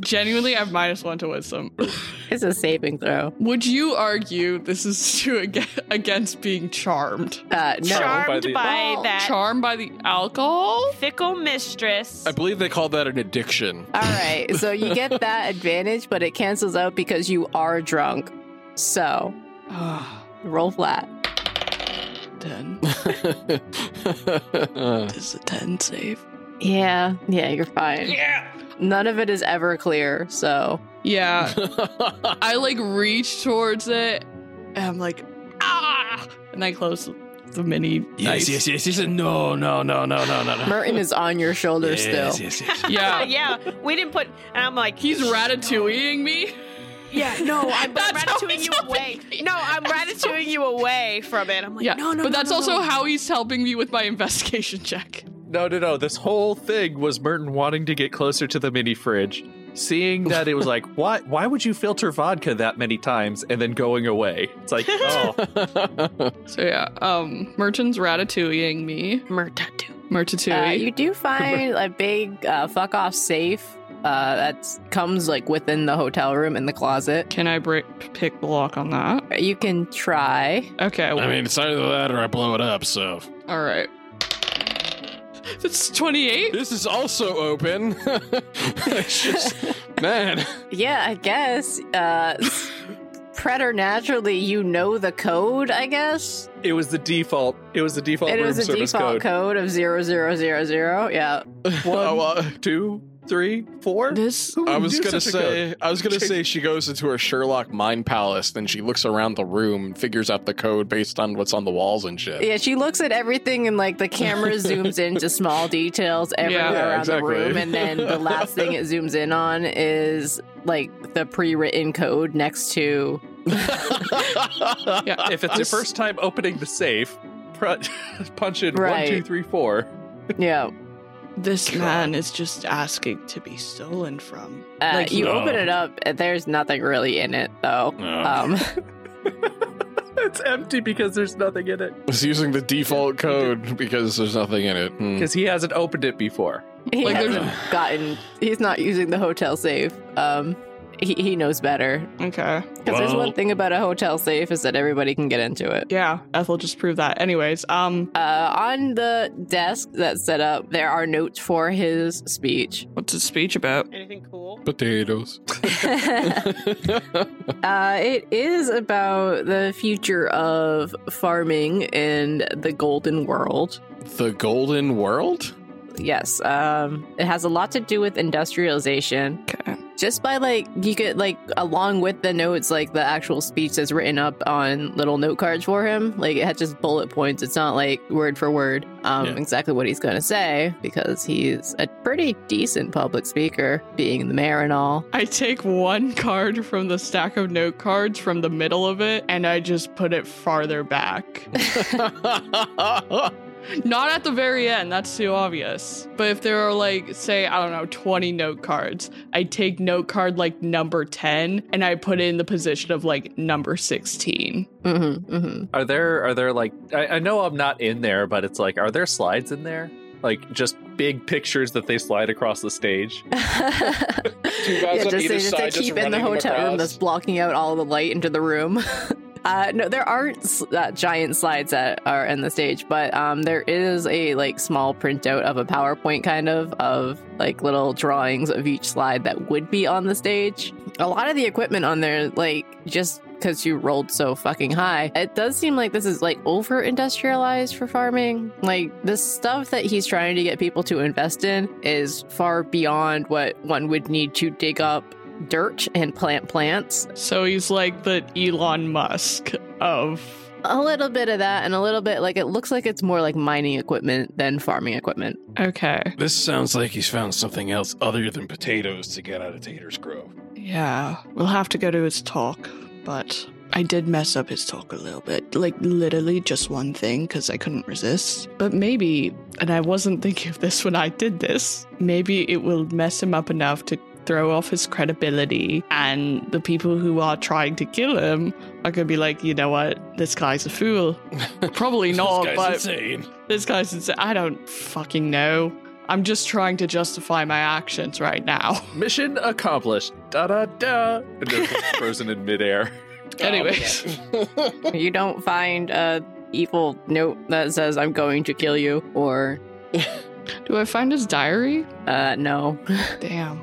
Genuinely, I have minus one to wisdom.
It's a saving throw.
Would you argue this is to ag- against being charmed?
Uh, no.
Charmed by,
by the-
Oh,
that
Charmed by the alcohol?
fickle mistress.
I believe they call that an addiction.
All right. So you get that advantage, but it cancels out because you are drunk. So
Ah,
roll flat.
ten.
Uh,
Is a ten save?
Yeah. Yeah, you're fine. Yeah. None of it is ever clear. So
Yeah. I like reach towards it, and I'm like, ah, and I close the mini. knife.
Yes, yes, yes, yes. No, no, no, no, no, no, no.
Merton is on your shoulder
yes,
still.
Yes, yes,
Yeah.
yeah, we didn't put. And I'm like,
He's ratatouilleing me.
Yeah, no, I'm
That's how
ratatouilleing
he's
you
helping
away.
me.
No, I'm ratatouilleing you away from it. I'm like,
Yeah,
No, no,
but
no,
that's
no,
also
no.
how he's helping me with my investigation check.
No, no, no. This whole thing was Merton wanting to get closer to the mini fridge, seeing that it was like, why, why would you filter vodka that many times and then going away? It's like, oh,
So yeah, um, Merton's ratatouilleing me. Mertatouille.
Uh,
Mertatouille.
you do find a big uh, fuck off safe uh, that comes like within the hotel room in the closet.
Can I break pick the lock on that?
You can try.
Okay.
I mean, it's either that or I blow it up. So
all right. That's twenty eight.
this is also open. it's just, man.
Yeah, I guess. Uh, preternaturally, you know the code, I guess.
it was the default. It was the default
It
room
was a
service
default code,
code.
of zero zero zero zero. Yeah.
Oh, uh,
Two, three, four.
This.
Who
I
would
was
do
gonna
such a code?
say, I was gonna say, she goes into her Sherlock mind palace, then she looks around the room and figures out the code based on what's on the walls and shit.
Yeah, she looks at everything and like the camera zooms into small details everywhere
Yeah,
around
exactly.
the room. And then the last thing it zooms in on is like the pre written code next to
Yeah.
if it's your
This-
first time opening the safe, pr- punch in
Right.
one, two, three, four.
Yeah.
This man is just asking to be stolen from.
Uh,
Like,
you
no.
open it up, and there's nothing really in it though.
no.
Oh.
Um,
It's empty because there's nothing in it.
It's using the default code because there's nothing in it. Hmm.
Because he hasn't opened it before.
he
Like, there's-
hasn't gotten. He's not using the hotel safe. Um, he, he knows better.
Okay.
Because there's
Well-
one thing about a hotel safe is that everybody can get into it.
Yeah. Ethel just proved that. Anyways. Um.
Uh, on the desk that's set up, there are notes for his speech.
What's his speech about?
anything cool?
Potatoes.
Uh, it is about the future of farming and the golden world.
The Golden World?
Yes, um, it has a lot to do with industrialization.
Okay.
Just by like you could like along with the notes, like the actual speech that's written up on little note cards for him. Like it had just bullet points. It's not like word for word um,
Yeah.
exactly what he's going to say because he's a pretty decent public speaker, being the mayor and all.
I take one card from the stack of note cards from the middle of it and I just put it farther back. Not at the very end, that's too obvious. But if there are like, say, I don't know, 20 note cards, I take note card like number 10 and I put it in the position of like number 16.
Mm-hmm, mm-hmm.
Are there are there like I, I know I'm not in there, but it's like are there slides in there? like just big pictures that they slide across the stage.
Two guys on either
just
side
to
just
keep in the
running them
hotel room
across.
that's blocking out all the light into the room. Uh, no, there aren't s- uh, giant slides that are in the stage, but um, there is a like small printout of a PowerPoint kind of of like little drawings of each slide that would be on the stage. A lot of the equipment on there, like just because you rolled so fucking high, it does seem like this is like over industrialized for farming. Like the stuff that he's trying to get people to invest in is far beyond what one would need to dig up dirt and plant plants.
So he's like the Elon Musk of.
A little bit of that, and a little bit like it looks like it's more like mining equipment than farming equipment.
Okay.
This sounds like he's found something else other than potatoes to get out of Tater's Grove.
Yeah, we'll have to go to his talk, but I did mess up his talk a little bit. Like, literally just one thing because I couldn't resist. But maybe, and I wasn't thinking of this when I did this, maybe it will mess him up enough to throw off his credibility, and the people who are trying to kill him are going to be like, you know what, this guy's a fool. Probably not,
this guy's
but
insane.
this guy's insane. I don't fucking know. I'm just trying to justify my actions right now.
Mission accomplished. Da da da. And then it's frozen in midair.
Anyways.
you don't find a evil note that says "I'm going to kill you" or
Do I find his diary?
uh, "No."
Damn.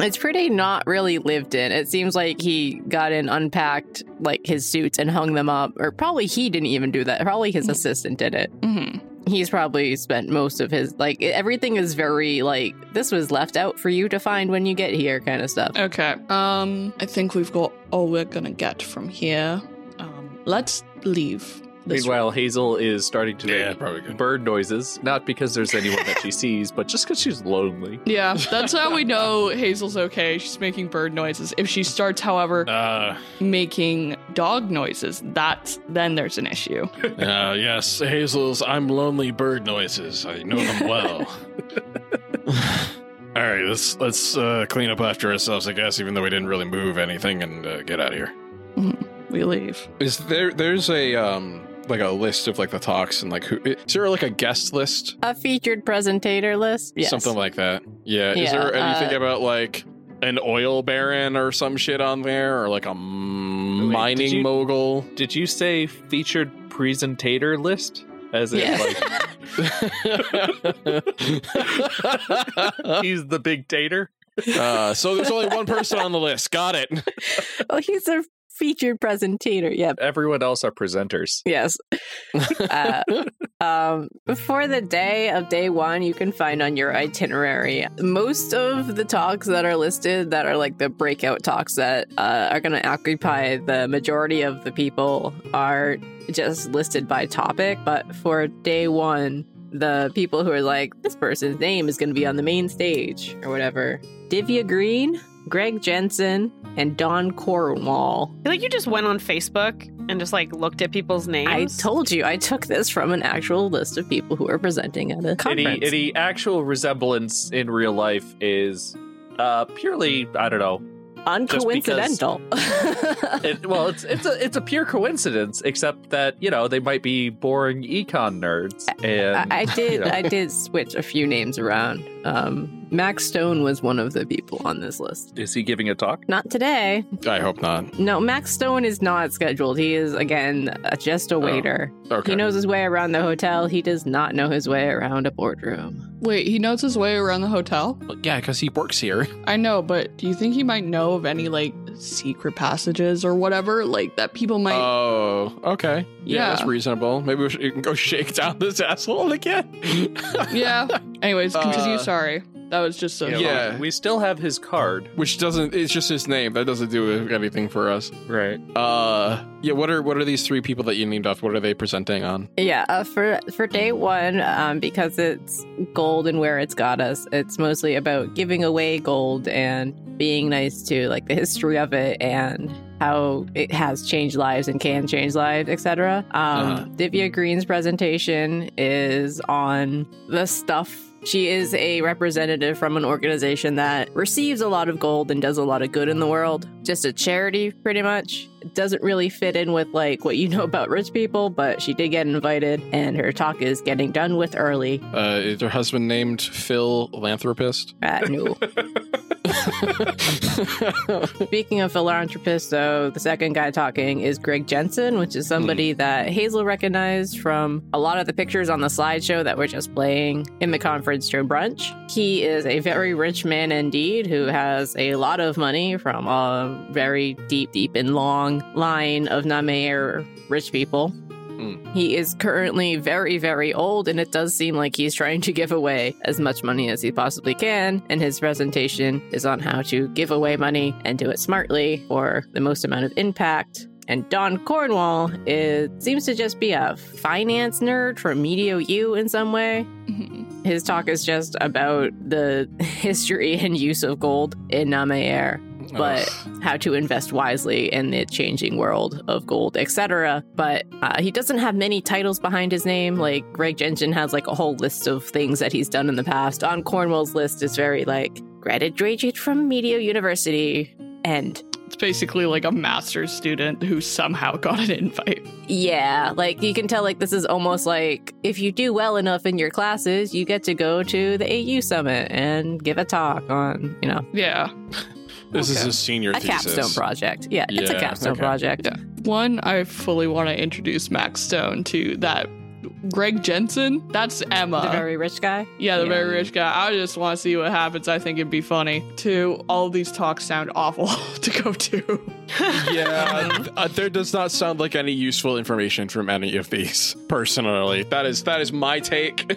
It's pretty not really lived in. It seems like he got in, unpacked like his suits, and hung them up. Or probably he didn't even do that. Probably his assistant did it.
hmm
He's probably spent most of his like e, everything is very like this was left out for you to find when you get here kind of stuff.
Okay. Um, I think we've got all we're gonna get from here. Um, let's leave. This
Meanwhile, Hazel is starting to
Yeah,
make
probably good.
bird noises, not because there's anyone that she sees, but just because she's lonely.
Yeah, that's how we know Hazel's okay. She's making bird noises. If she starts, however,
Uh,
making dog noises, that's then there's an issue.
uh, yes, Hazel's I'm lonely bird noises. I know them well. All right, let's let's uh, clean up after ourselves, I guess, even though we didn't really move anything, and uh, get out of here.
We leave.
Is there? There's a um like a list of like the talks and like who is there like a guest list
A featured presentator list, yes.
something like that? Yeah. Is
Yeah,
there anything
uh,
about like an oil baron or some shit on there or like a m-
Wait, did
mining
you-
mogul?
Did you say featured presentator list? As in,
Yeah.
like, he's the big tater.
Uh, so there's only one person on the list. Got it.
oh, he's a featured presentator. Yep.
Everyone else are presenters.
Yes. uh, um, for the day of day one, you can find on your itinerary most of the talks that are listed that are like the breakout talks that uh, are going to occupy the majority of the people are just listed by topic. But for day one, the people who are like, this person's name is going to be on the main stage or whatever Divya Green, Greg Jensen, and Don Cornwall.
feel like you just went on Facebook and just like looked at people's
I
names.
told you I took this from an actual list of people who are presenting at a
Any
conference.
any actual resemblance in real life is uh, purely I don't know.
Uncoincidental.
It, well, it's it's a it's a pure coincidence, except that you know they might be boring econ nerds.
I,
And
I did
you know.
I did switch a few names around. Um, Max Stone was one of the people on this list.
is he giving a talk?
Not today.
I hope not.
No, Max Stone is not scheduled. He is again uh, just
Oh,
a waiter.
Okay.
He knows his way around the hotel. He does not know his way around a boardroom.
Wait, he knows his way around the hotel.
yeah, because he works here.
I know, but do you think he might know of any like secret passages or whatever, like that people might?
Oh, okay. Yeah,
Yeah.
that's reasonable. Maybe we should go shake down this asshole again.
yeah. Anyways, continue.
Uh,
Sorry, that was just a
Yeah.
we- we still have his card.
Which doesn't. It's just his name. That doesn't do anything for us.
Right.
Uh, yeah. What are what are these three people that you named off? What are they presenting on?
Yeah, uh, for for day one, um, because it's gold and where it's got us, it's mostly about giving away gold and being nice to like the history of it and how it has changed lives and can change lives, etc. Um,
Uh-huh.
Divya Green's presentation is on the stuff. She is a representative from an organization that receives a lot of gold and does a lot of good in the world. Just a charity, pretty much. It doesn't really fit in with like what you know about rich people, but she did get invited, and her talk is getting done with early.
Uh, is her husband named Phil Philanthropist?
Uh, no. Speaking of philanthropists, though, the second guy talking is Greg Jensen, which is somebody that Hazel recognized from a lot of the pictures on the slideshow that were just playing in the conference during brunch. He is a very rich man indeed who has a lot of money from a very deep, deep and long line of Namair rich people. He is currently very, very old, and it does seem like he's trying to give away as much money as he possibly can. And his presentation is on how to give away money and do it smartly for the most amount of impact. And Don Cornwall is, seems to just be a finance nerd from Medio U in some way.
Mhm.
His talk is just about the history and use of gold in Namair But-
Ugh.
how to invest wisely in the changing world of gold, etc. But uh, he doesn't have many titles behind his name. Like Greg Jensen has like a whole list of things that he's done in the past. On Cornwall's list is very like graduated from Media University and
It's basically like a master's student who somehow got an invite.
Yeah, like you can tell, like this is almost like if you do well enough in your classes, you get to go to the AU summit and give a talk on, you know,
Yeah.
this is
okay.
a senior
a
thesis.
capstone project. Yeah, it's a
Yeah,
capstone
okay.
project.
Yeah. One, I fully want to introduce Max Stone to that Greg Jensen. That's Emma.
The very rich guy.
yeah, the
yeah.
very rich guy. I just want to see what happens. I think it'd be funny. Two, all these talks sound awful to go to.
yeah, th- uh, there does not sound like any useful information from any of these. Personally, that is that is my take.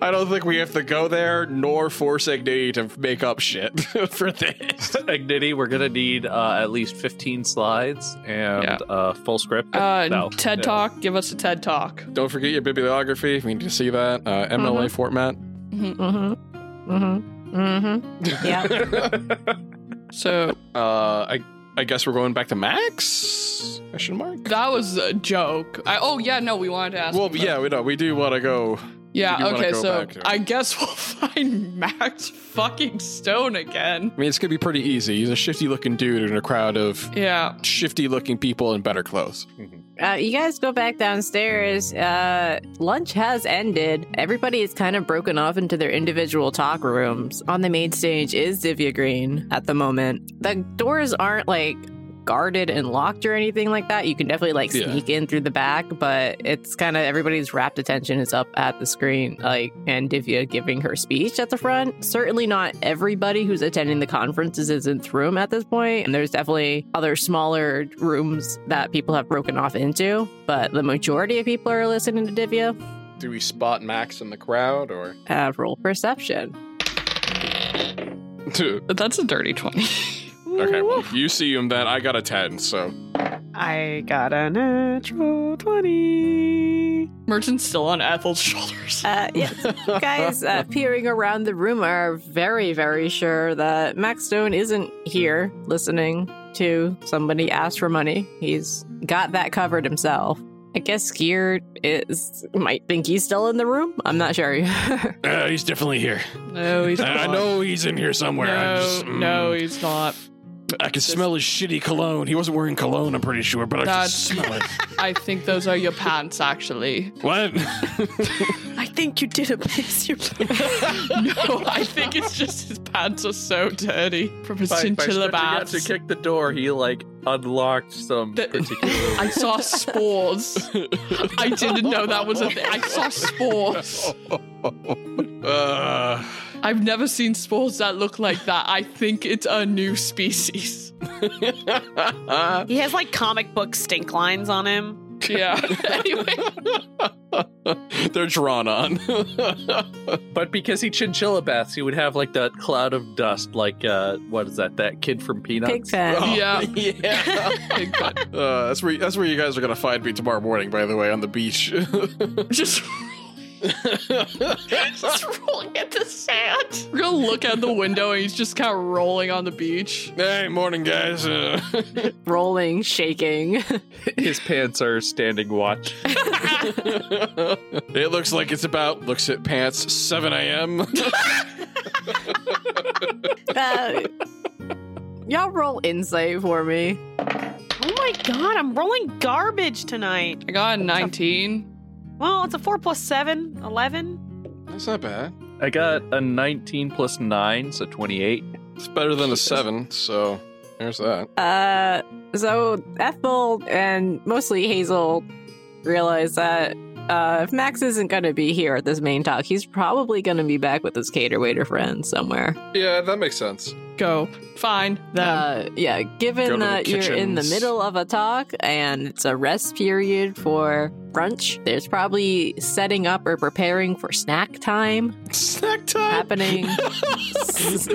I don't think we have to go there, nor force Ignity to make up shit for this.
Ignity, we're gonna need uh, at least fifteen slides and
Yeah.
uh, full script.
Uh,
No.
TED
Yeah.
Talk. Give us a TED Talk.
Don't forget your bibliography. We need to see that uh, MLA format.
Mm-hmm. Mm-hmm. Mm-hmm. Yeah.
So
Uh, I I guess we're going back to Max? Question mark.
that was a joke. I, oh yeah, no, we wanted to ask.
Well,
him
yeah, we know we do want to go.
Yeah,
We do wanna
okay,
go
so
back to it.
I guess we'll find Max fucking Stone again.
I mean, it's gonna be pretty easy. He's a shifty-looking dude in a crowd of
Yeah.
shifty-looking people in better clothes.
Uh, you guys go back downstairs. Uh, lunch has ended. Everybody is kind of broken off into their individual talk rooms. On the main stage is Divya Green at the moment. The doors aren't like guarded and locked or anything like that. You can definitely like
Yeah.
sneak in through the back, but it's kind of everybody's rapt attention is up at the screen, like and Divya giving her speech at the front. Certainly not everybody who's attending the conferences is in the room at this point, and there's definitely other smaller rooms that people have broken off into, but the majority of people are listening to Divya.
Do we spot Max in the crowd or?
Uh, roll perception.
But that's a dirty 20.
okay, well, you see him then. I got a 10, so.
I got a natural 20.
Merton's still on Ethel's shoulders.
Uh, yes, you guys uh, peering around the room are very, very sure that Max Stone isn't here listening to somebody ask for money. He's got that covered himself. I guess Gear is might think he's still in the room. I'm not sure.
Uh, he's definitely here.
No, he's
I, I know he's in here somewhere.
No,
I just, mm,
no, he's not.
I can smell his shitty cologne. He wasn't wearing cologne, I'm pretty sure, but I can
That's-
smell it.
I think those are your pants, actually.
What?
I think you did a piss your
No, I think it's just his pants are so dirty from his
By- by
chinchilla
stretching out
baths.
to kick the door, he like unlocked some
That-
particular.
I saw spores. I didn't know that was a thing. I saw spores.
Uh,
I've never seen spores that look like that. I think it's a new species.
uh.
He has like comic book stink lines on him.
Yeah. anyway,
they're drawn on.
but because he chinchilla baths, he would have like that cloud of dust, like uh, what is that? That kid from Peanuts.
Pigpen.
Oh,
Yeah.
yeah.
big butt.
Uh, that's where that's where you guys are gonna find me tomorrow morning. By the way, on the beach.
Just He's rolling at the sand. We're gonna look out the window and he's just kind of rolling on the beach.
hey, morning, guys. Uh,
Rolling, shaking.
His pants are standing watch.
it looks like it's about, looks at pants, 7 a.m.
Uh, y'all roll insight for me.
Oh my god, I'm rolling garbage tonight.
I got a 19.
Well, it's a 4 plus 7, 11.
That's not bad.
I got a 19 plus 9, so 28.
It's better than a 7, so there's that.
Uh, so Ethel and mostly Hazel realize that uh, if Max isn't going to be here at this main talk, he's probably going to be back with his cater waiter friend somewhere.
Yeah, that makes sense.
Go. Fine. Them.
Uh, yeah,
Go
given
to the
that you're in the
kitchens.
middle of a talk and it's a rest period for brunch, there's probably setting up or preparing for snack time
Snack time.
happening.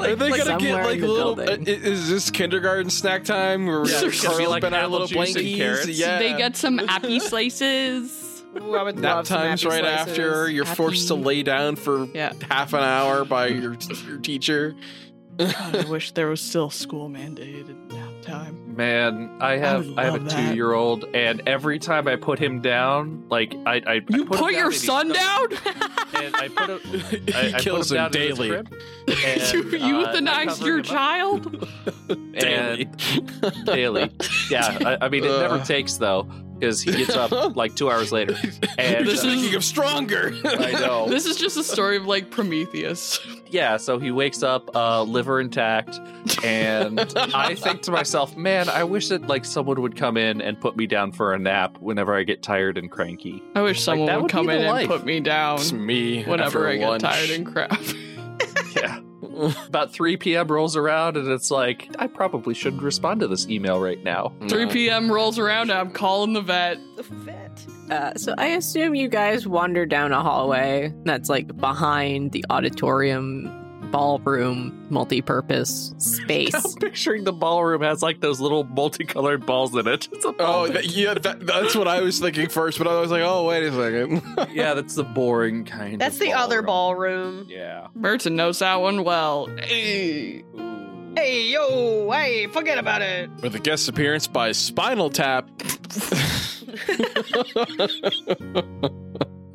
Are they gonna
somewhere
get
in
like
the
little? Uh, i-
building.
is this kindergarten snack time? Where we're
Yeah,
yeah,
it's
be
gonna
curling
like
up in our little
apple juice and
blankies?
carrots.
Yeah.
They get some appy slices.
Ooh, I would
nap times right after. You're forced to
Happy-
lay down for
Yeah.
half an hour by your your teacher.
God, I wish there was still school mandated nap time.
Man, I have
would
I, have a
love that.
two year old, and every time I put him down, like I, I, I
You
put, him
put,
down
your
and he-
son down?
and I put him,
he
I, I put
kills
him
him
down in his
daily.
crib,
you
and, uh, I
euthanized
cover
your
him up.
child?
daily. daily. Yeah, I, I mean, it never
Ugh.
takes though, because he gets up like two hours later. And
This
Just
uh,
is-
thinking of stronger.
I know.
This is just a story of like Prometheus.
yeah, so he wakes up, uh, liver intact, and I think to myself, man, I wish that like someone would come in and put me down for a nap whenever I get tired and cranky.
I wish someone
that
would
would
come
be the
in
life.
and put me down
It's me.
whenever
after
I get
lunch.
tired and crap.
Yeah. About 3 p.m. rolls around, and it's like, I probably shouldn't respond to this email right now.
No.
3 p.m. rolls around, I'm calling the vet.
The vet.
Uh, so I assume you guys wander down a hallway that's like behind the auditorium ballroom multi-purpose
I'm
space.
picturing the ballroom has like those little multicolored balls in it. It's a
Oh,
ballroom.
that, yeah, that, that's what I was thinking first, but I was like, oh, wait a second.
yeah, that's the boring kind.
That's
of
the other
ballroom.
ballroom.
Yeah.
Merton knows that one well. Hey.
Hey, yo, hey, forget about it.
With a guest appearance by Spinal Tap.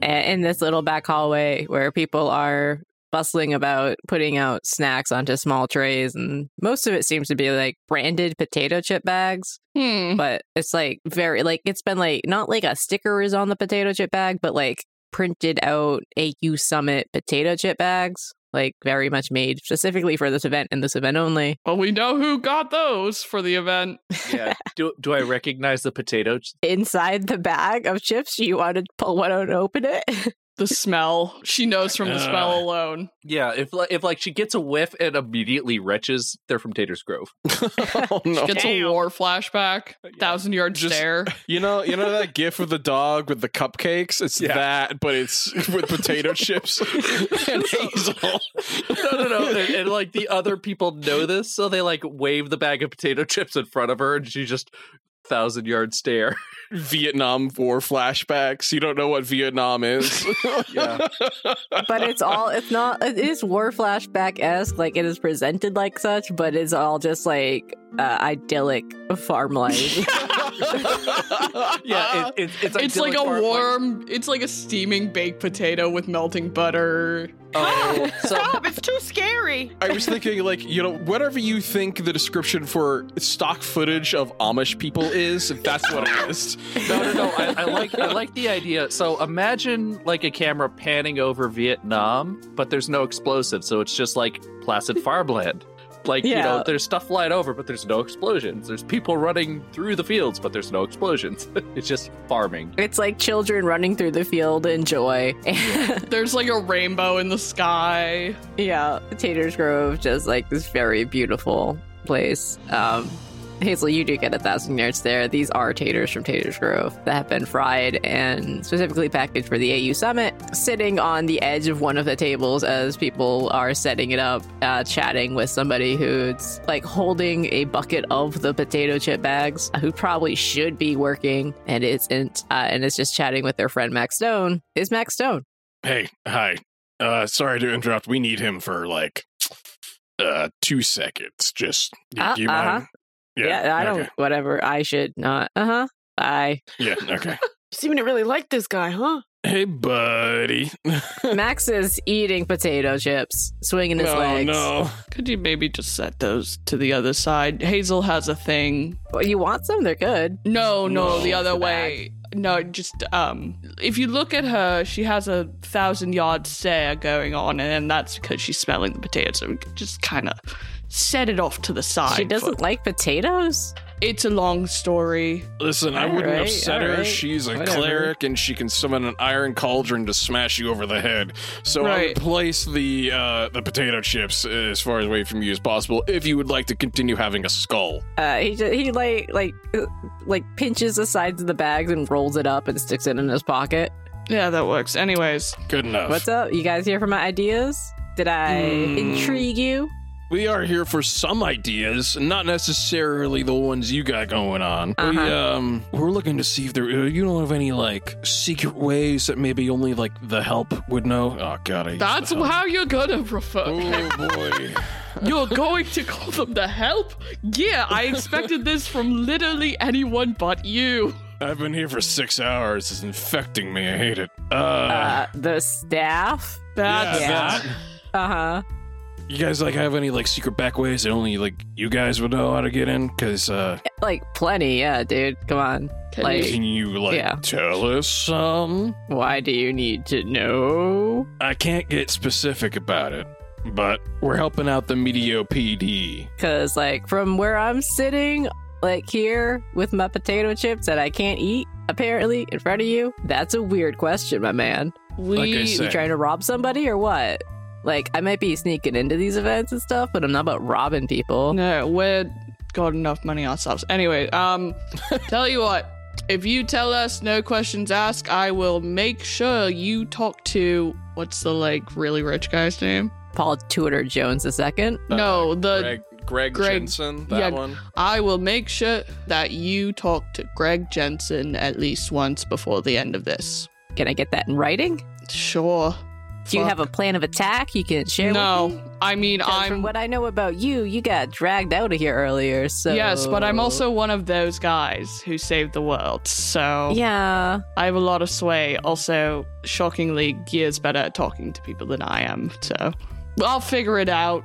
A- in this little back hallway where people are bustling about putting out snacks onto small trays and most of it seems to be like branded potato chip bags
Hmm.
but it's like very like it's been like not like a sticker is on the potato chip bag but like printed out AU Summit potato chip bags like very much made specifically for this event and this event only
Well, we know who got those for the event.
Yeah. do, do I recognize the potato? ch-
inside the bag of chips you want to pull one out and open it
The smell. She knows from the smell
Ugh.
alone.
Yeah. If li- if like she gets a whiff and immediately retches, they're from Tater's Grove.
oh, no.
Gets a war flashback. Thousand yard
Just-
stare.
You know, you know that gif of the dog with the cupcakes. It's
Yeah.
that, but it's with potato chips and hazel.
no, no, no. And, and like the other people know this, so they like wave the bag of potato chips in front of her, and she just thousand yard stare.
Vietnam War flashbacks. You don't know what Vietnam is.
Yeah.
but it's all it's not it is war flashback esque like it is presented like such but it's all just like uh, idyllic farm life
Yeah. It, it, it's
it's like
idyllic
a
farm-
warm, it's like a steaming baked potato with melting butter.
Oh, so
Stop, it's too scary.
I was thinking, like, you know, whatever you think the description for stock footage of Amish people is, if that's what it is.
No, no, no. I, I like I like the idea. So imagine like a camera panning over Vietnam, but there's no explosive, so it's just like placid farmland. Like you
Yeah.
know, there's stuff flying over, but there's no explosions. There's people running through the fields, but there's no explosions. it's just farming.
it's like children running through the field in joy
There's like a rainbow in the sky.
Yeah, Taters Grove just like this very beautiful place. Um, Hazel, you do get a thousand yards there. These are taters from Taters Grove that have been fried and specifically packaged for the AU Summit, sitting on the edge of one of the tables as people are setting it up, uh, chatting with somebody who's like holding a bucket of the potato chip bags, uh, who probably should be working and isn't, uh, and is just chatting with their friend Max Stone. Is Max Stone?
Hey, hi. Uh, sorry to interrupt. We need him for like uh two seconds. Just do
Uh,
you
uh-huh.
mind?
Yeah, I don't.
okay.
Whatever. I should not. Uh huh. Bye.
Yeah, okay.
Seeming to really like this guy, huh?
hey, buddy. Oh,
Max is eating potato chips, swinging his
oh
legs.
no.
Could you maybe just set those to the other side? Hazel has a thing.
Well, you want some? They're good.
No, no,
No.
the other
The bag.
way. No, just um if you look at her, she has a thousand yard stare going on, and that's because she's smelling the potatoes. So we could just kinda set it off to the side.
She
for-
doesn't like potatoes.
it's a long story.
Listen, I
All
wouldn't
right,
upset
all
her.
right,
She's a
whatever.
cleric and she can summon an iron cauldron to smash you over the head. So I
Right.
would place the uh, the potato chips uh, as far away from you as possible if you would like to continue having a skull.
Uh, he just, he like like uh, like pinches the sides of the bags and rolls it up and sticks it in his pocket.
Yeah, that works. Anyways.
Good enough.
What's up? You guys here for my ideas? Did I
Mm.
intrigue you?
We are here for some ideas, not necessarily the ones you got going on. We
Uh-huh.
um we're looking to see if there uh, you don't have any like secret ways that maybe only like the help would know. Oh god, I used
That's
the help.
how you're gonna refer.
Oh boy.
You're going to call them the help? Yeah, I expected this from literally anyone but you.
I've been here for six hours. It's infecting me. I hate it. Uh,
Uh, the staff.
That's
yeah,
yeah.
that-
Uh huh.
You guys like have any like secret back ways that only like you guys would know how to get in? Cause uh,
Like plenty. Yeah, dude. Come on.
Can
like
can you like
yeah.
tell us some?
Why do you need to know?
I can't get specific about it, but we're helping out the Medio PD.
Because, like, from where I'm sitting, like here with my potato chips that I can't eat, apparently, in front of you, that's a weird question, my man.
we
Like I
You
said,
trying to rob somebody or what? Like, I might be sneaking into these events and stuff, but I'm not about robbing people.
No, we're got enough money ourselves. Anyway, um, tell you what, if you tell us no questions asked, I will make sure you talk to what's the like really rich guy's name?
Paul Tudor Jones II.
no, the
Uh, Greg, Greg,
Greg-
Jensen, that
yeah.
one.
I will make sure that you talk to Greg Jensen at least once before the end of this.
Can I get that in writing?
Sure.
Do you have a plan of attack you can share with me?
No, I mean
'Cause From
I'm
what I know about you, you got dragged out of here earlier, so.
yes, but I'm also one of those guys who saved the world. So
Yeah.
I have a lot of sway. Also, shockingly, Gear's better at talking to people than I am, so I'll figure it out.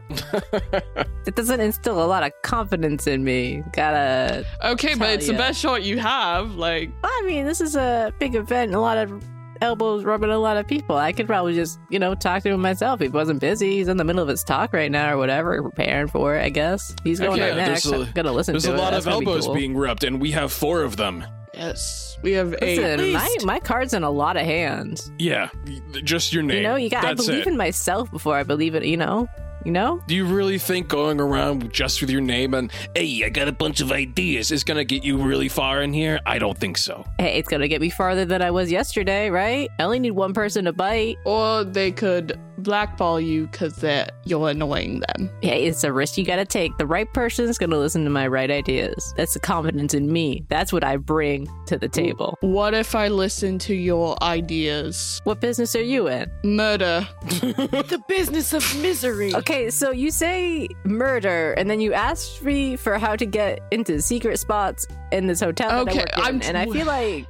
It doesn't instill a lot of confidence in me. Gotta
Okay, but
Hell
it's
yeah.
the best shot you have. Like,
Well, I mean, this is a big event, and a lot of elbows rubbing a lot of people. I could probably just, you know, talk to him myself. He wasn't busy. He's in the middle of his talk right now or whatever, preparing for it, I guess. He's going
Okay,
up
yeah,
next.
there's a-
I'm going to listen
There's
to
a
it.
lot
That's
of
gonna be
elbows
cool.
being rubbed, and we have four of them.
yes, we have eight.
Listen, my,
least.
my card's in a lot of hands.
Yeah, y- just your name.
You know, you got. I
That's
believe
it.
in myself before I believe it. You know, you know.
Do you really think going around just with your name and hey, I got a bunch of ideas is gonna get you really far in here? I don't think so.
Hey, it's gonna get me farther than I was yesterday, right? I only need one person to bite.
Or they could blackball you because you're annoying them.
Hey, it's a risk you gotta take. The right person's gonna listen to my right ideas. That's the confidence in me. That's what I bring to the table.
What if I listen to your ideas?
What business are you in?
Murder.
The business of misery.
Okay, so you say murder, and then you asked me for how to get into secret spots in this hotel.
Okay,
that I work in,
I'm-
and I feel like,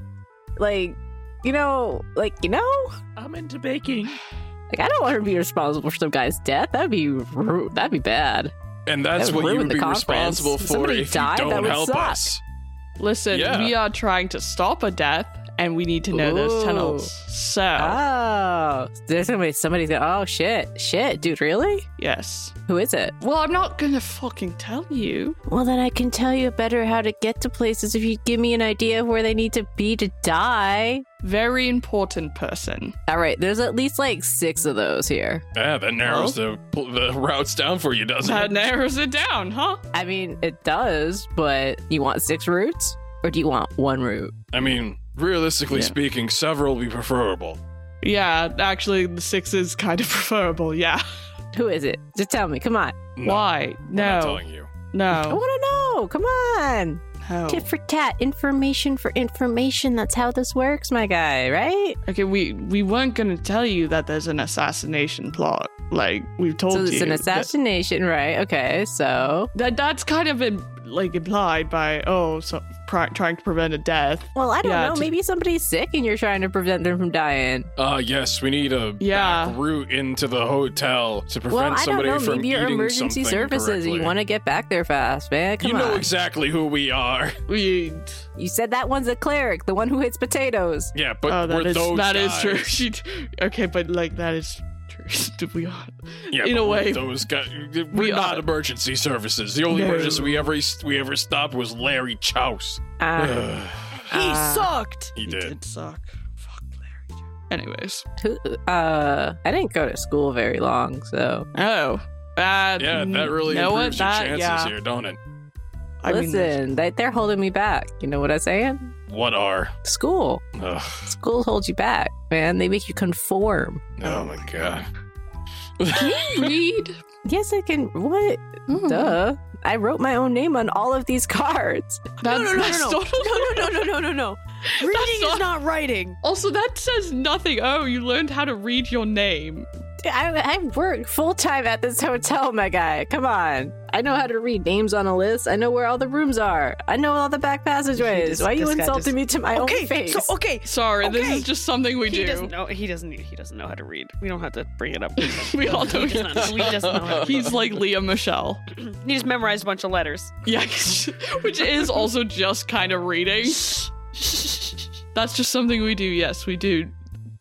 like, you know, like you know,
I'm into baking.
like I don't want to be responsible for some guy's death. That'd be rude. That'd be bad.
And that's
That would
what you
ruin
would
the
be
conference.
responsible
If
for
somebody
if
died,
you
that
don't
would
help
suck.
us.
Listen,
Yeah.
we are trying to stop a death, and we need to know those
Ooh.
tunnels. So,
Oh, there's gonna be somebody's going. to Oh shit, shit, dude, really?
yes.
Who is it?
Well, I'm not gonna fucking tell you.
Well, then I can tell you better how to get to places if you give me an idea of where they need to be to die.
Very important person.
All right, there's at least like six of those here.
Yeah, that narrows the pl- the routes down for you, doesn't
That
it?
narrows it down, huh?
I mean, it does, but you want six routes or do you want one route?
I mean, realistically
Yeah.
speaking, several would be preferable.
Yeah, actually, the six is kind of preferable. Yeah.
Who is it? Just tell me. Come on.
No,
Why?
I'm not
No.
telling you.
I
No.
want to know. Come on.
No.
Tit for tat. Information for information. That's how this works, my guy, right?
Okay, we we weren't gonna tell you that there's an assassination plot. Like we've told
So
you.
it's an
that-
assassination, right? Okay, so.
That that's kind of im like implied by oh, so pri trying to prevent a death.
Well, I don't
Yeah,
know.
to-
Maybe somebody's sick and you're trying to prevent them from dying.
Uh, yes, we need a
Yeah.
back route into the hotel to prevent
well, I don't
somebody
know.
from
Maybe your
eating
emergency
something
services.
correctly.
You want to get back there fast, man. Come
You know
on.
exactly who we are.
We
you said that one's a cleric, the one who hits potatoes.
Yeah, but
oh, that
we're
is
those
that is
guys.
true. She, okay, but like that is true. to be honest.
Yeah,
In
but
a
we're
way,
those guys. We're
we
not
are.
emergency services. The only
No.
emergency we ever we ever stopped was Larry Chouse.
Uh,
He
Ah.
sucked.
he
It
did.
suck. Fuck Larry. Anyways,
who, uh, I didn't go to school very long, so
oh, uh,
Yeah, that really
know
improves
what?
your
that,
chances
yeah.
here, don't it?
I mean, there's-
listen, they, they're holding me back. You know what I'm saying?
What are?
School,
Ugh,
school holds you back, man. They make you conform.
oh my god.
Can you read?
Yes, I can. What?
Hmm.
Mm.
Duh. I wrote my own name on all of these cards.
That's,
no, no,
that's
no.
not-
No, no, no, no, no, no, no. Reading
not-
is not writing.
Also, that says nothing. Oh, you learned how to read your name.
I, I work full time at this hotel, my guy. Come on. I know how to read names on a list. I know where all the rooms are. I know all the back passageways.
just-
Why are you
this guy
insulting
just-
me to my
Okay,
own face?
so okay,
Sorry, this
Okay.
is just something we
he
do.
doesn't know. He doesn't. He doesn't know how to read. We don't have to bring it up.
We all know
He does not. We just know how to
he's like Leah Michelle.
He just memorized a bunch of letters.
Yeah, which is also just kind of reading. That's just something we do. Yes, we do.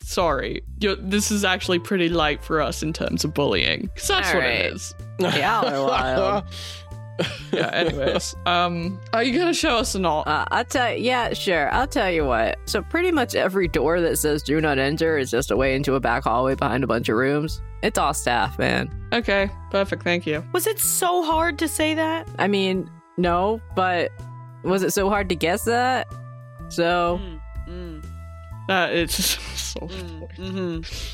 Sorry, you this is actually pretty light for us in terms of bullying. 'Cause that's
All
what
right.
it is.
Y'all are wild.
Yeah. Anyways, um, are you gonna show us or not?
Uh, I'll tell yeah, sure. I'll tell you what. So pretty much every door that says do not enter is just a way into a back hallway behind a bunch of rooms. It's all staff, man.
okay, perfect. Thank you.
Was it so hard to say that?
I mean, no, but was it so hard to guess that? So
Mm, mm,
That it's so.
mm, mhm.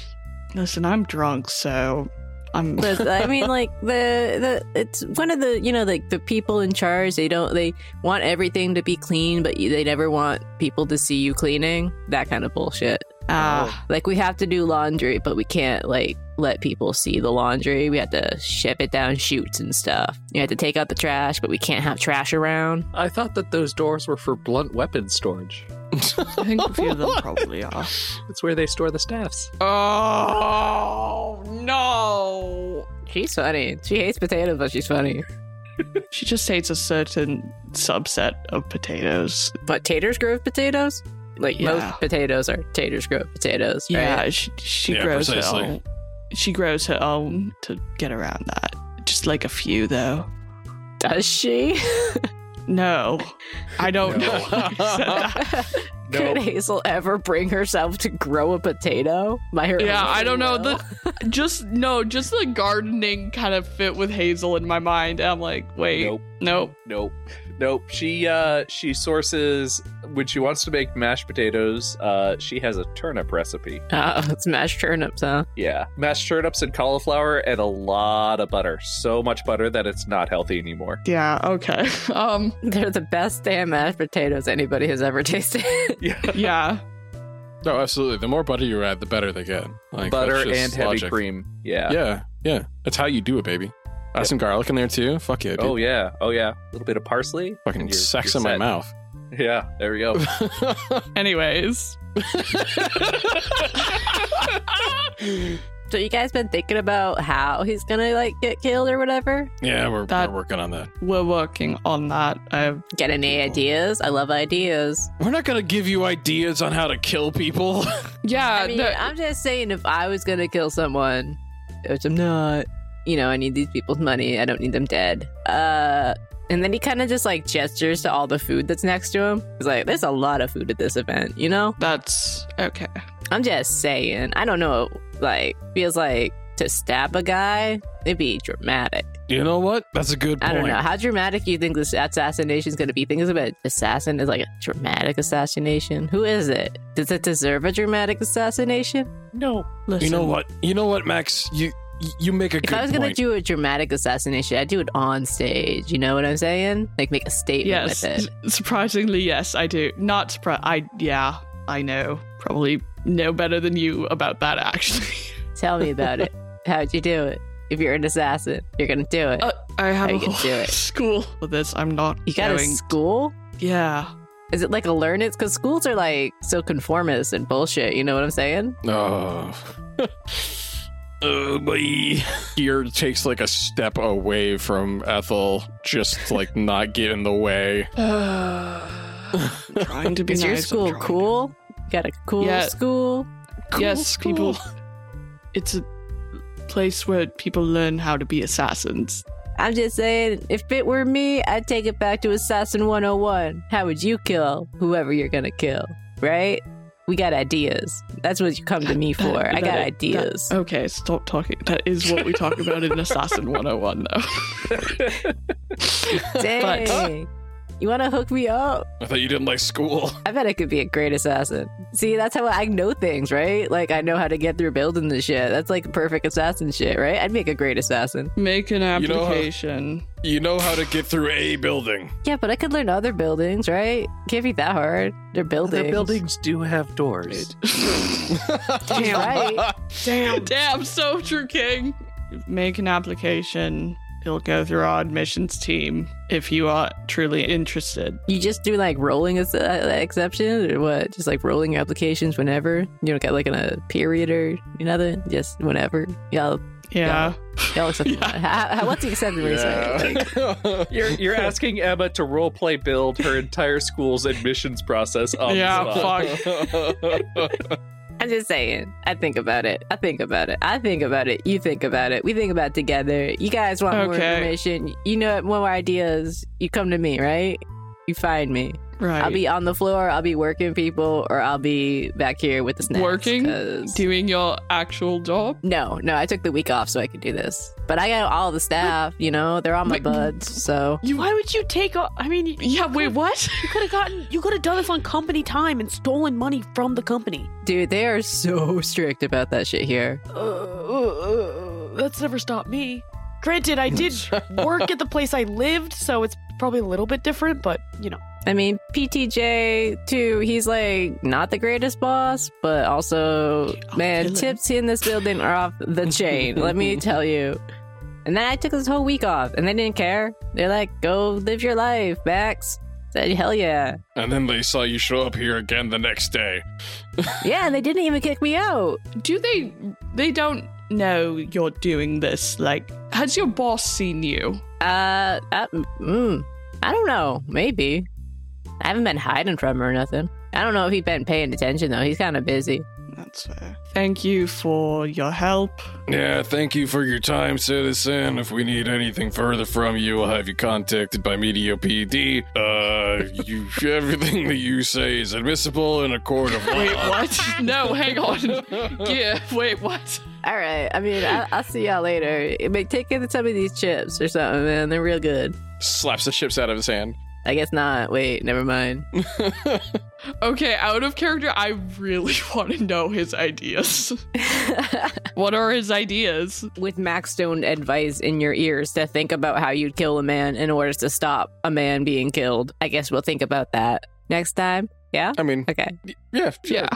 Listen, I'm drunk, so I'm. uh,
But, I mean, like the the it's one of the you know like the people in charge. They don't they want everything to be clean, but you, they never want people to see you cleaning. That kind of bullshit.
Ah,
Like we have to do laundry, but we can't like let people see the laundry. We have to ship it down chutes and stuff. You have to take out the trash, but we can't have trash around.
I thought that those doors were for blunt weapon storage.
I think a few of them probably are.
That's where they store the staffs.
Oh no!
She's funny. She hates potatoes, but she's funny.
She just hates a certain subset of potatoes.
But Taters Grove potatoes, like
Yeah.
most potatoes are Taters Grove potatoes. Right?
Yeah, she she
Yeah,
grows
precisely.
her own. She grows her own to get around that. Just like a few though.
Does she?
No, I don't
No.
know. why I said that.
Could Hazel ever bring herself to grow a potato by her?
Yeah,
own
I don't know.
will?
Just no, just the gardening kind of fit with Hazel in my mind. I'm like, wait,
Nope.
nope.
Nope. Nope. She uh she sources when she wants to make mashed potatoes, uh she has a turnip recipe.
Uh, it's mashed turnips, huh?
Yeah. Mashed turnips and cauliflower and a lot of butter. So much butter that it's not healthy anymore.
Yeah, okay. Um,
They're the best damn mashed potatoes anybody has ever tasted.
Yeah.
yeah.
No, absolutely. The more butter you add, the better they get. Like,
butter
that's just
and heavy
logic.
cream. Yeah.
Yeah, yeah. That's how you do it, baby. Add some garlic in there too. Fuck yeah, dude.
Oh yeah. Oh yeah. A little bit of parsley.
Fucking
and you're-
sex
you're
in my
set.
mouth.
Yeah. There we go.
Anyways,
So you guys been thinking about how he's gonna like get killed or whatever?
Yeah, we're,
That-
we're working on that.
We're working on that. I
Get any ideas? I love ideas.
We're not gonna give you ideas on how to kill people.
yeah,
I mean,
no-
I'm just saying if I was gonna kill someone, which I'm not, you know, I need these people's money. I don't need them dead. Uh, and then he kind of just like gestures to all the food that's next to him. He's like, "There's a lot of food at this event," you know.
that's okay.
I'm just saying. I don't know. Like, feels like to stab a guy, it'd be dramatic.
you know what? That's a good
I
point.
don't know how dramatic you think this assassination is going to be. Think about assassin is like a dramatic assassination. Who is it? Does it deserve a dramatic assassination?
No.
Listen,
You know what? You know what, Max? You you make a
If
good
I was
point.
going to do a dramatic assassination, I'd do it on stage. You know what I'm saying? Like make a statement
Yes,
with it.
s- surprisingly, yes, I do. Not surprised. I yeah, I know. Probably know better than you about that. Actually,
Tell me about it. How'd you do it? If you're an assassin, you're going to do it.
Oh,
uh, I have
How
a
you gonna
whole
do it?
school for this. I'm not
you got a
going.
school?
yeah,
Is it like a learn it? Because schools are like so conformist and bullshit. You know what I'm saying?
Oh.
Oh, boy.
Gear takes like a step away from Ethel, just like not get in the way.
I'm trying to be
Is
nice.
your
I'm
school
trying to-
cool? You got a cool
Yeah.
school?
yes, people. It's a place where people learn how to be assassins.
I'm just saying, if it were me, I'd take it back to Assassin 101. How would you kill whoever you're gonna kill? Right? We got ideas. That's what you come to me for. I got
That-
ideas.
that- okay, stop talking. That is what we talk about in Assassin 101, though. but-
Dang. You wanna hook me up?
I thought you didn't like school.
I bet I could be a great assassin. See, that's how I know things, right? Like I know how to get through building this shit. That's like perfect assassin shit, right? I'd make a great assassin.
Make an
You know uh, how-
application.
You know how to get through a building.
Yeah, but I could learn other buildings, right? Can't be that hard. They're buildings.
Their buildings do have doors.
That's right.
Damn.
Damn, so true, King. Make an application. It'll go through our admissions team if you are truly interested.
You just do like rolling as- uh, exceptions or what? Just like rolling applications whenever. You don't get like in a period or nothing. Just whenever. Y'all,
Yeah.
y'all accept.
Yeah.
how, how, what's the acceptance rate?
You're you're asking Emma to roleplay build her entire school's admissions process on
Yeah,
the spot.
I'm just saying. I think about it. I think about it. I think about it. You think about it. We think about it together. You guys want more
Okay.
information. You know more ideas. You come to me, right? You find me.
Right.
I'll be on the floor. I'll be working people, or I'll be back here with the snacks.
Working?
'cause-
doing your actual job.
No, no, I took the week off so I could do this. But I got all the staff, you know, they're all my
Wait.
buds. So
Why would you take off? I mean, you
Yeah, wait, what?
could have gotten, you could have done this on company time and stolen money from the company.
dude, they are so strict about that shit here.
Uh, uh, uh, that's never stopped me. Granted, I did work at the place I lived, so it's probably a little bit different, but you know.
I mean, PTJ too, he's like not the greatest boss, but also
Oh,
man,
kill him.
tips in this building are off the chain, let me tell you. And then I took this whole week off and they didn't care. They're like, go live your life, Max. Said hell yeah.
and then they saw you show up here again the next day.
Yeah, and they didn't even kick me out.
Do they they don't know you're doing this? Like has your boss seen you?
Uh, uh mm, I don't know. Maybe. I haven't been hiding from her or nothing. I don't know if he's been paying attention though. He's kind of busy.
That's fair. Thank you for your help.
Yeah, thank you for your time, citizen. If we need anything further from you, I'll have you contacted by Media PD. Uh, you, everything that you say is admissible in a court of
Wait,
law.
what? no, hang on. Yeah, wait, what?
All right. I mean, I, I'll see y'all later. I mean, take in some of these chips or something, man. They're real good.
Slaps the chips out of his hand.
I guess not. Wait, never mind.
Okay, out of character, I really want to know his ideas. what are his ideas?
With Max Stone advice in your ears to think about how you'd kill a man in order to stop a man being killed. I guess we'll think about that next time. Yeah.
I mean,
Okay.
yeah, sure.
Yeah.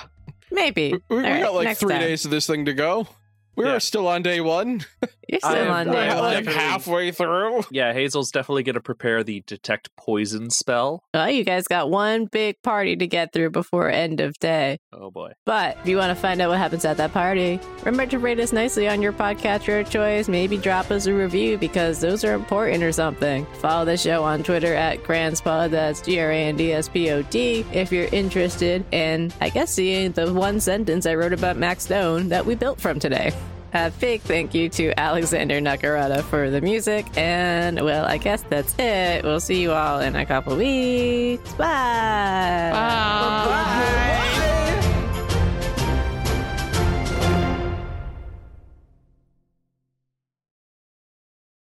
Maybe.
We,
All
we
right,
got like
next
three
time.
days of this thing to go. We
Yeah.
are still on day one.
You're
I
still
am
on
Yeah,
We're
day
well,
one.
like
definitely.
halfway through.
Yeah, Hazel's definitely going to prepare the detect poison spell.
Well, you guys got one big party to get through before end of day.
Oh boy.
But if you want to find out what happens at that party, remember to rate us nicely on your podcatcher of choice. Maybe drop us a review because those are important or something. Follow the show on Twitter at Grandspod. That's G R A N D S P O D. If you're interested in, I guess, seeing the one sentence I wrote about Max Stone that we built from today. A big thank you to Alexander Nakarada for the music. And, well, I guess that's it. We'll see you all in a couple weeks. Bye.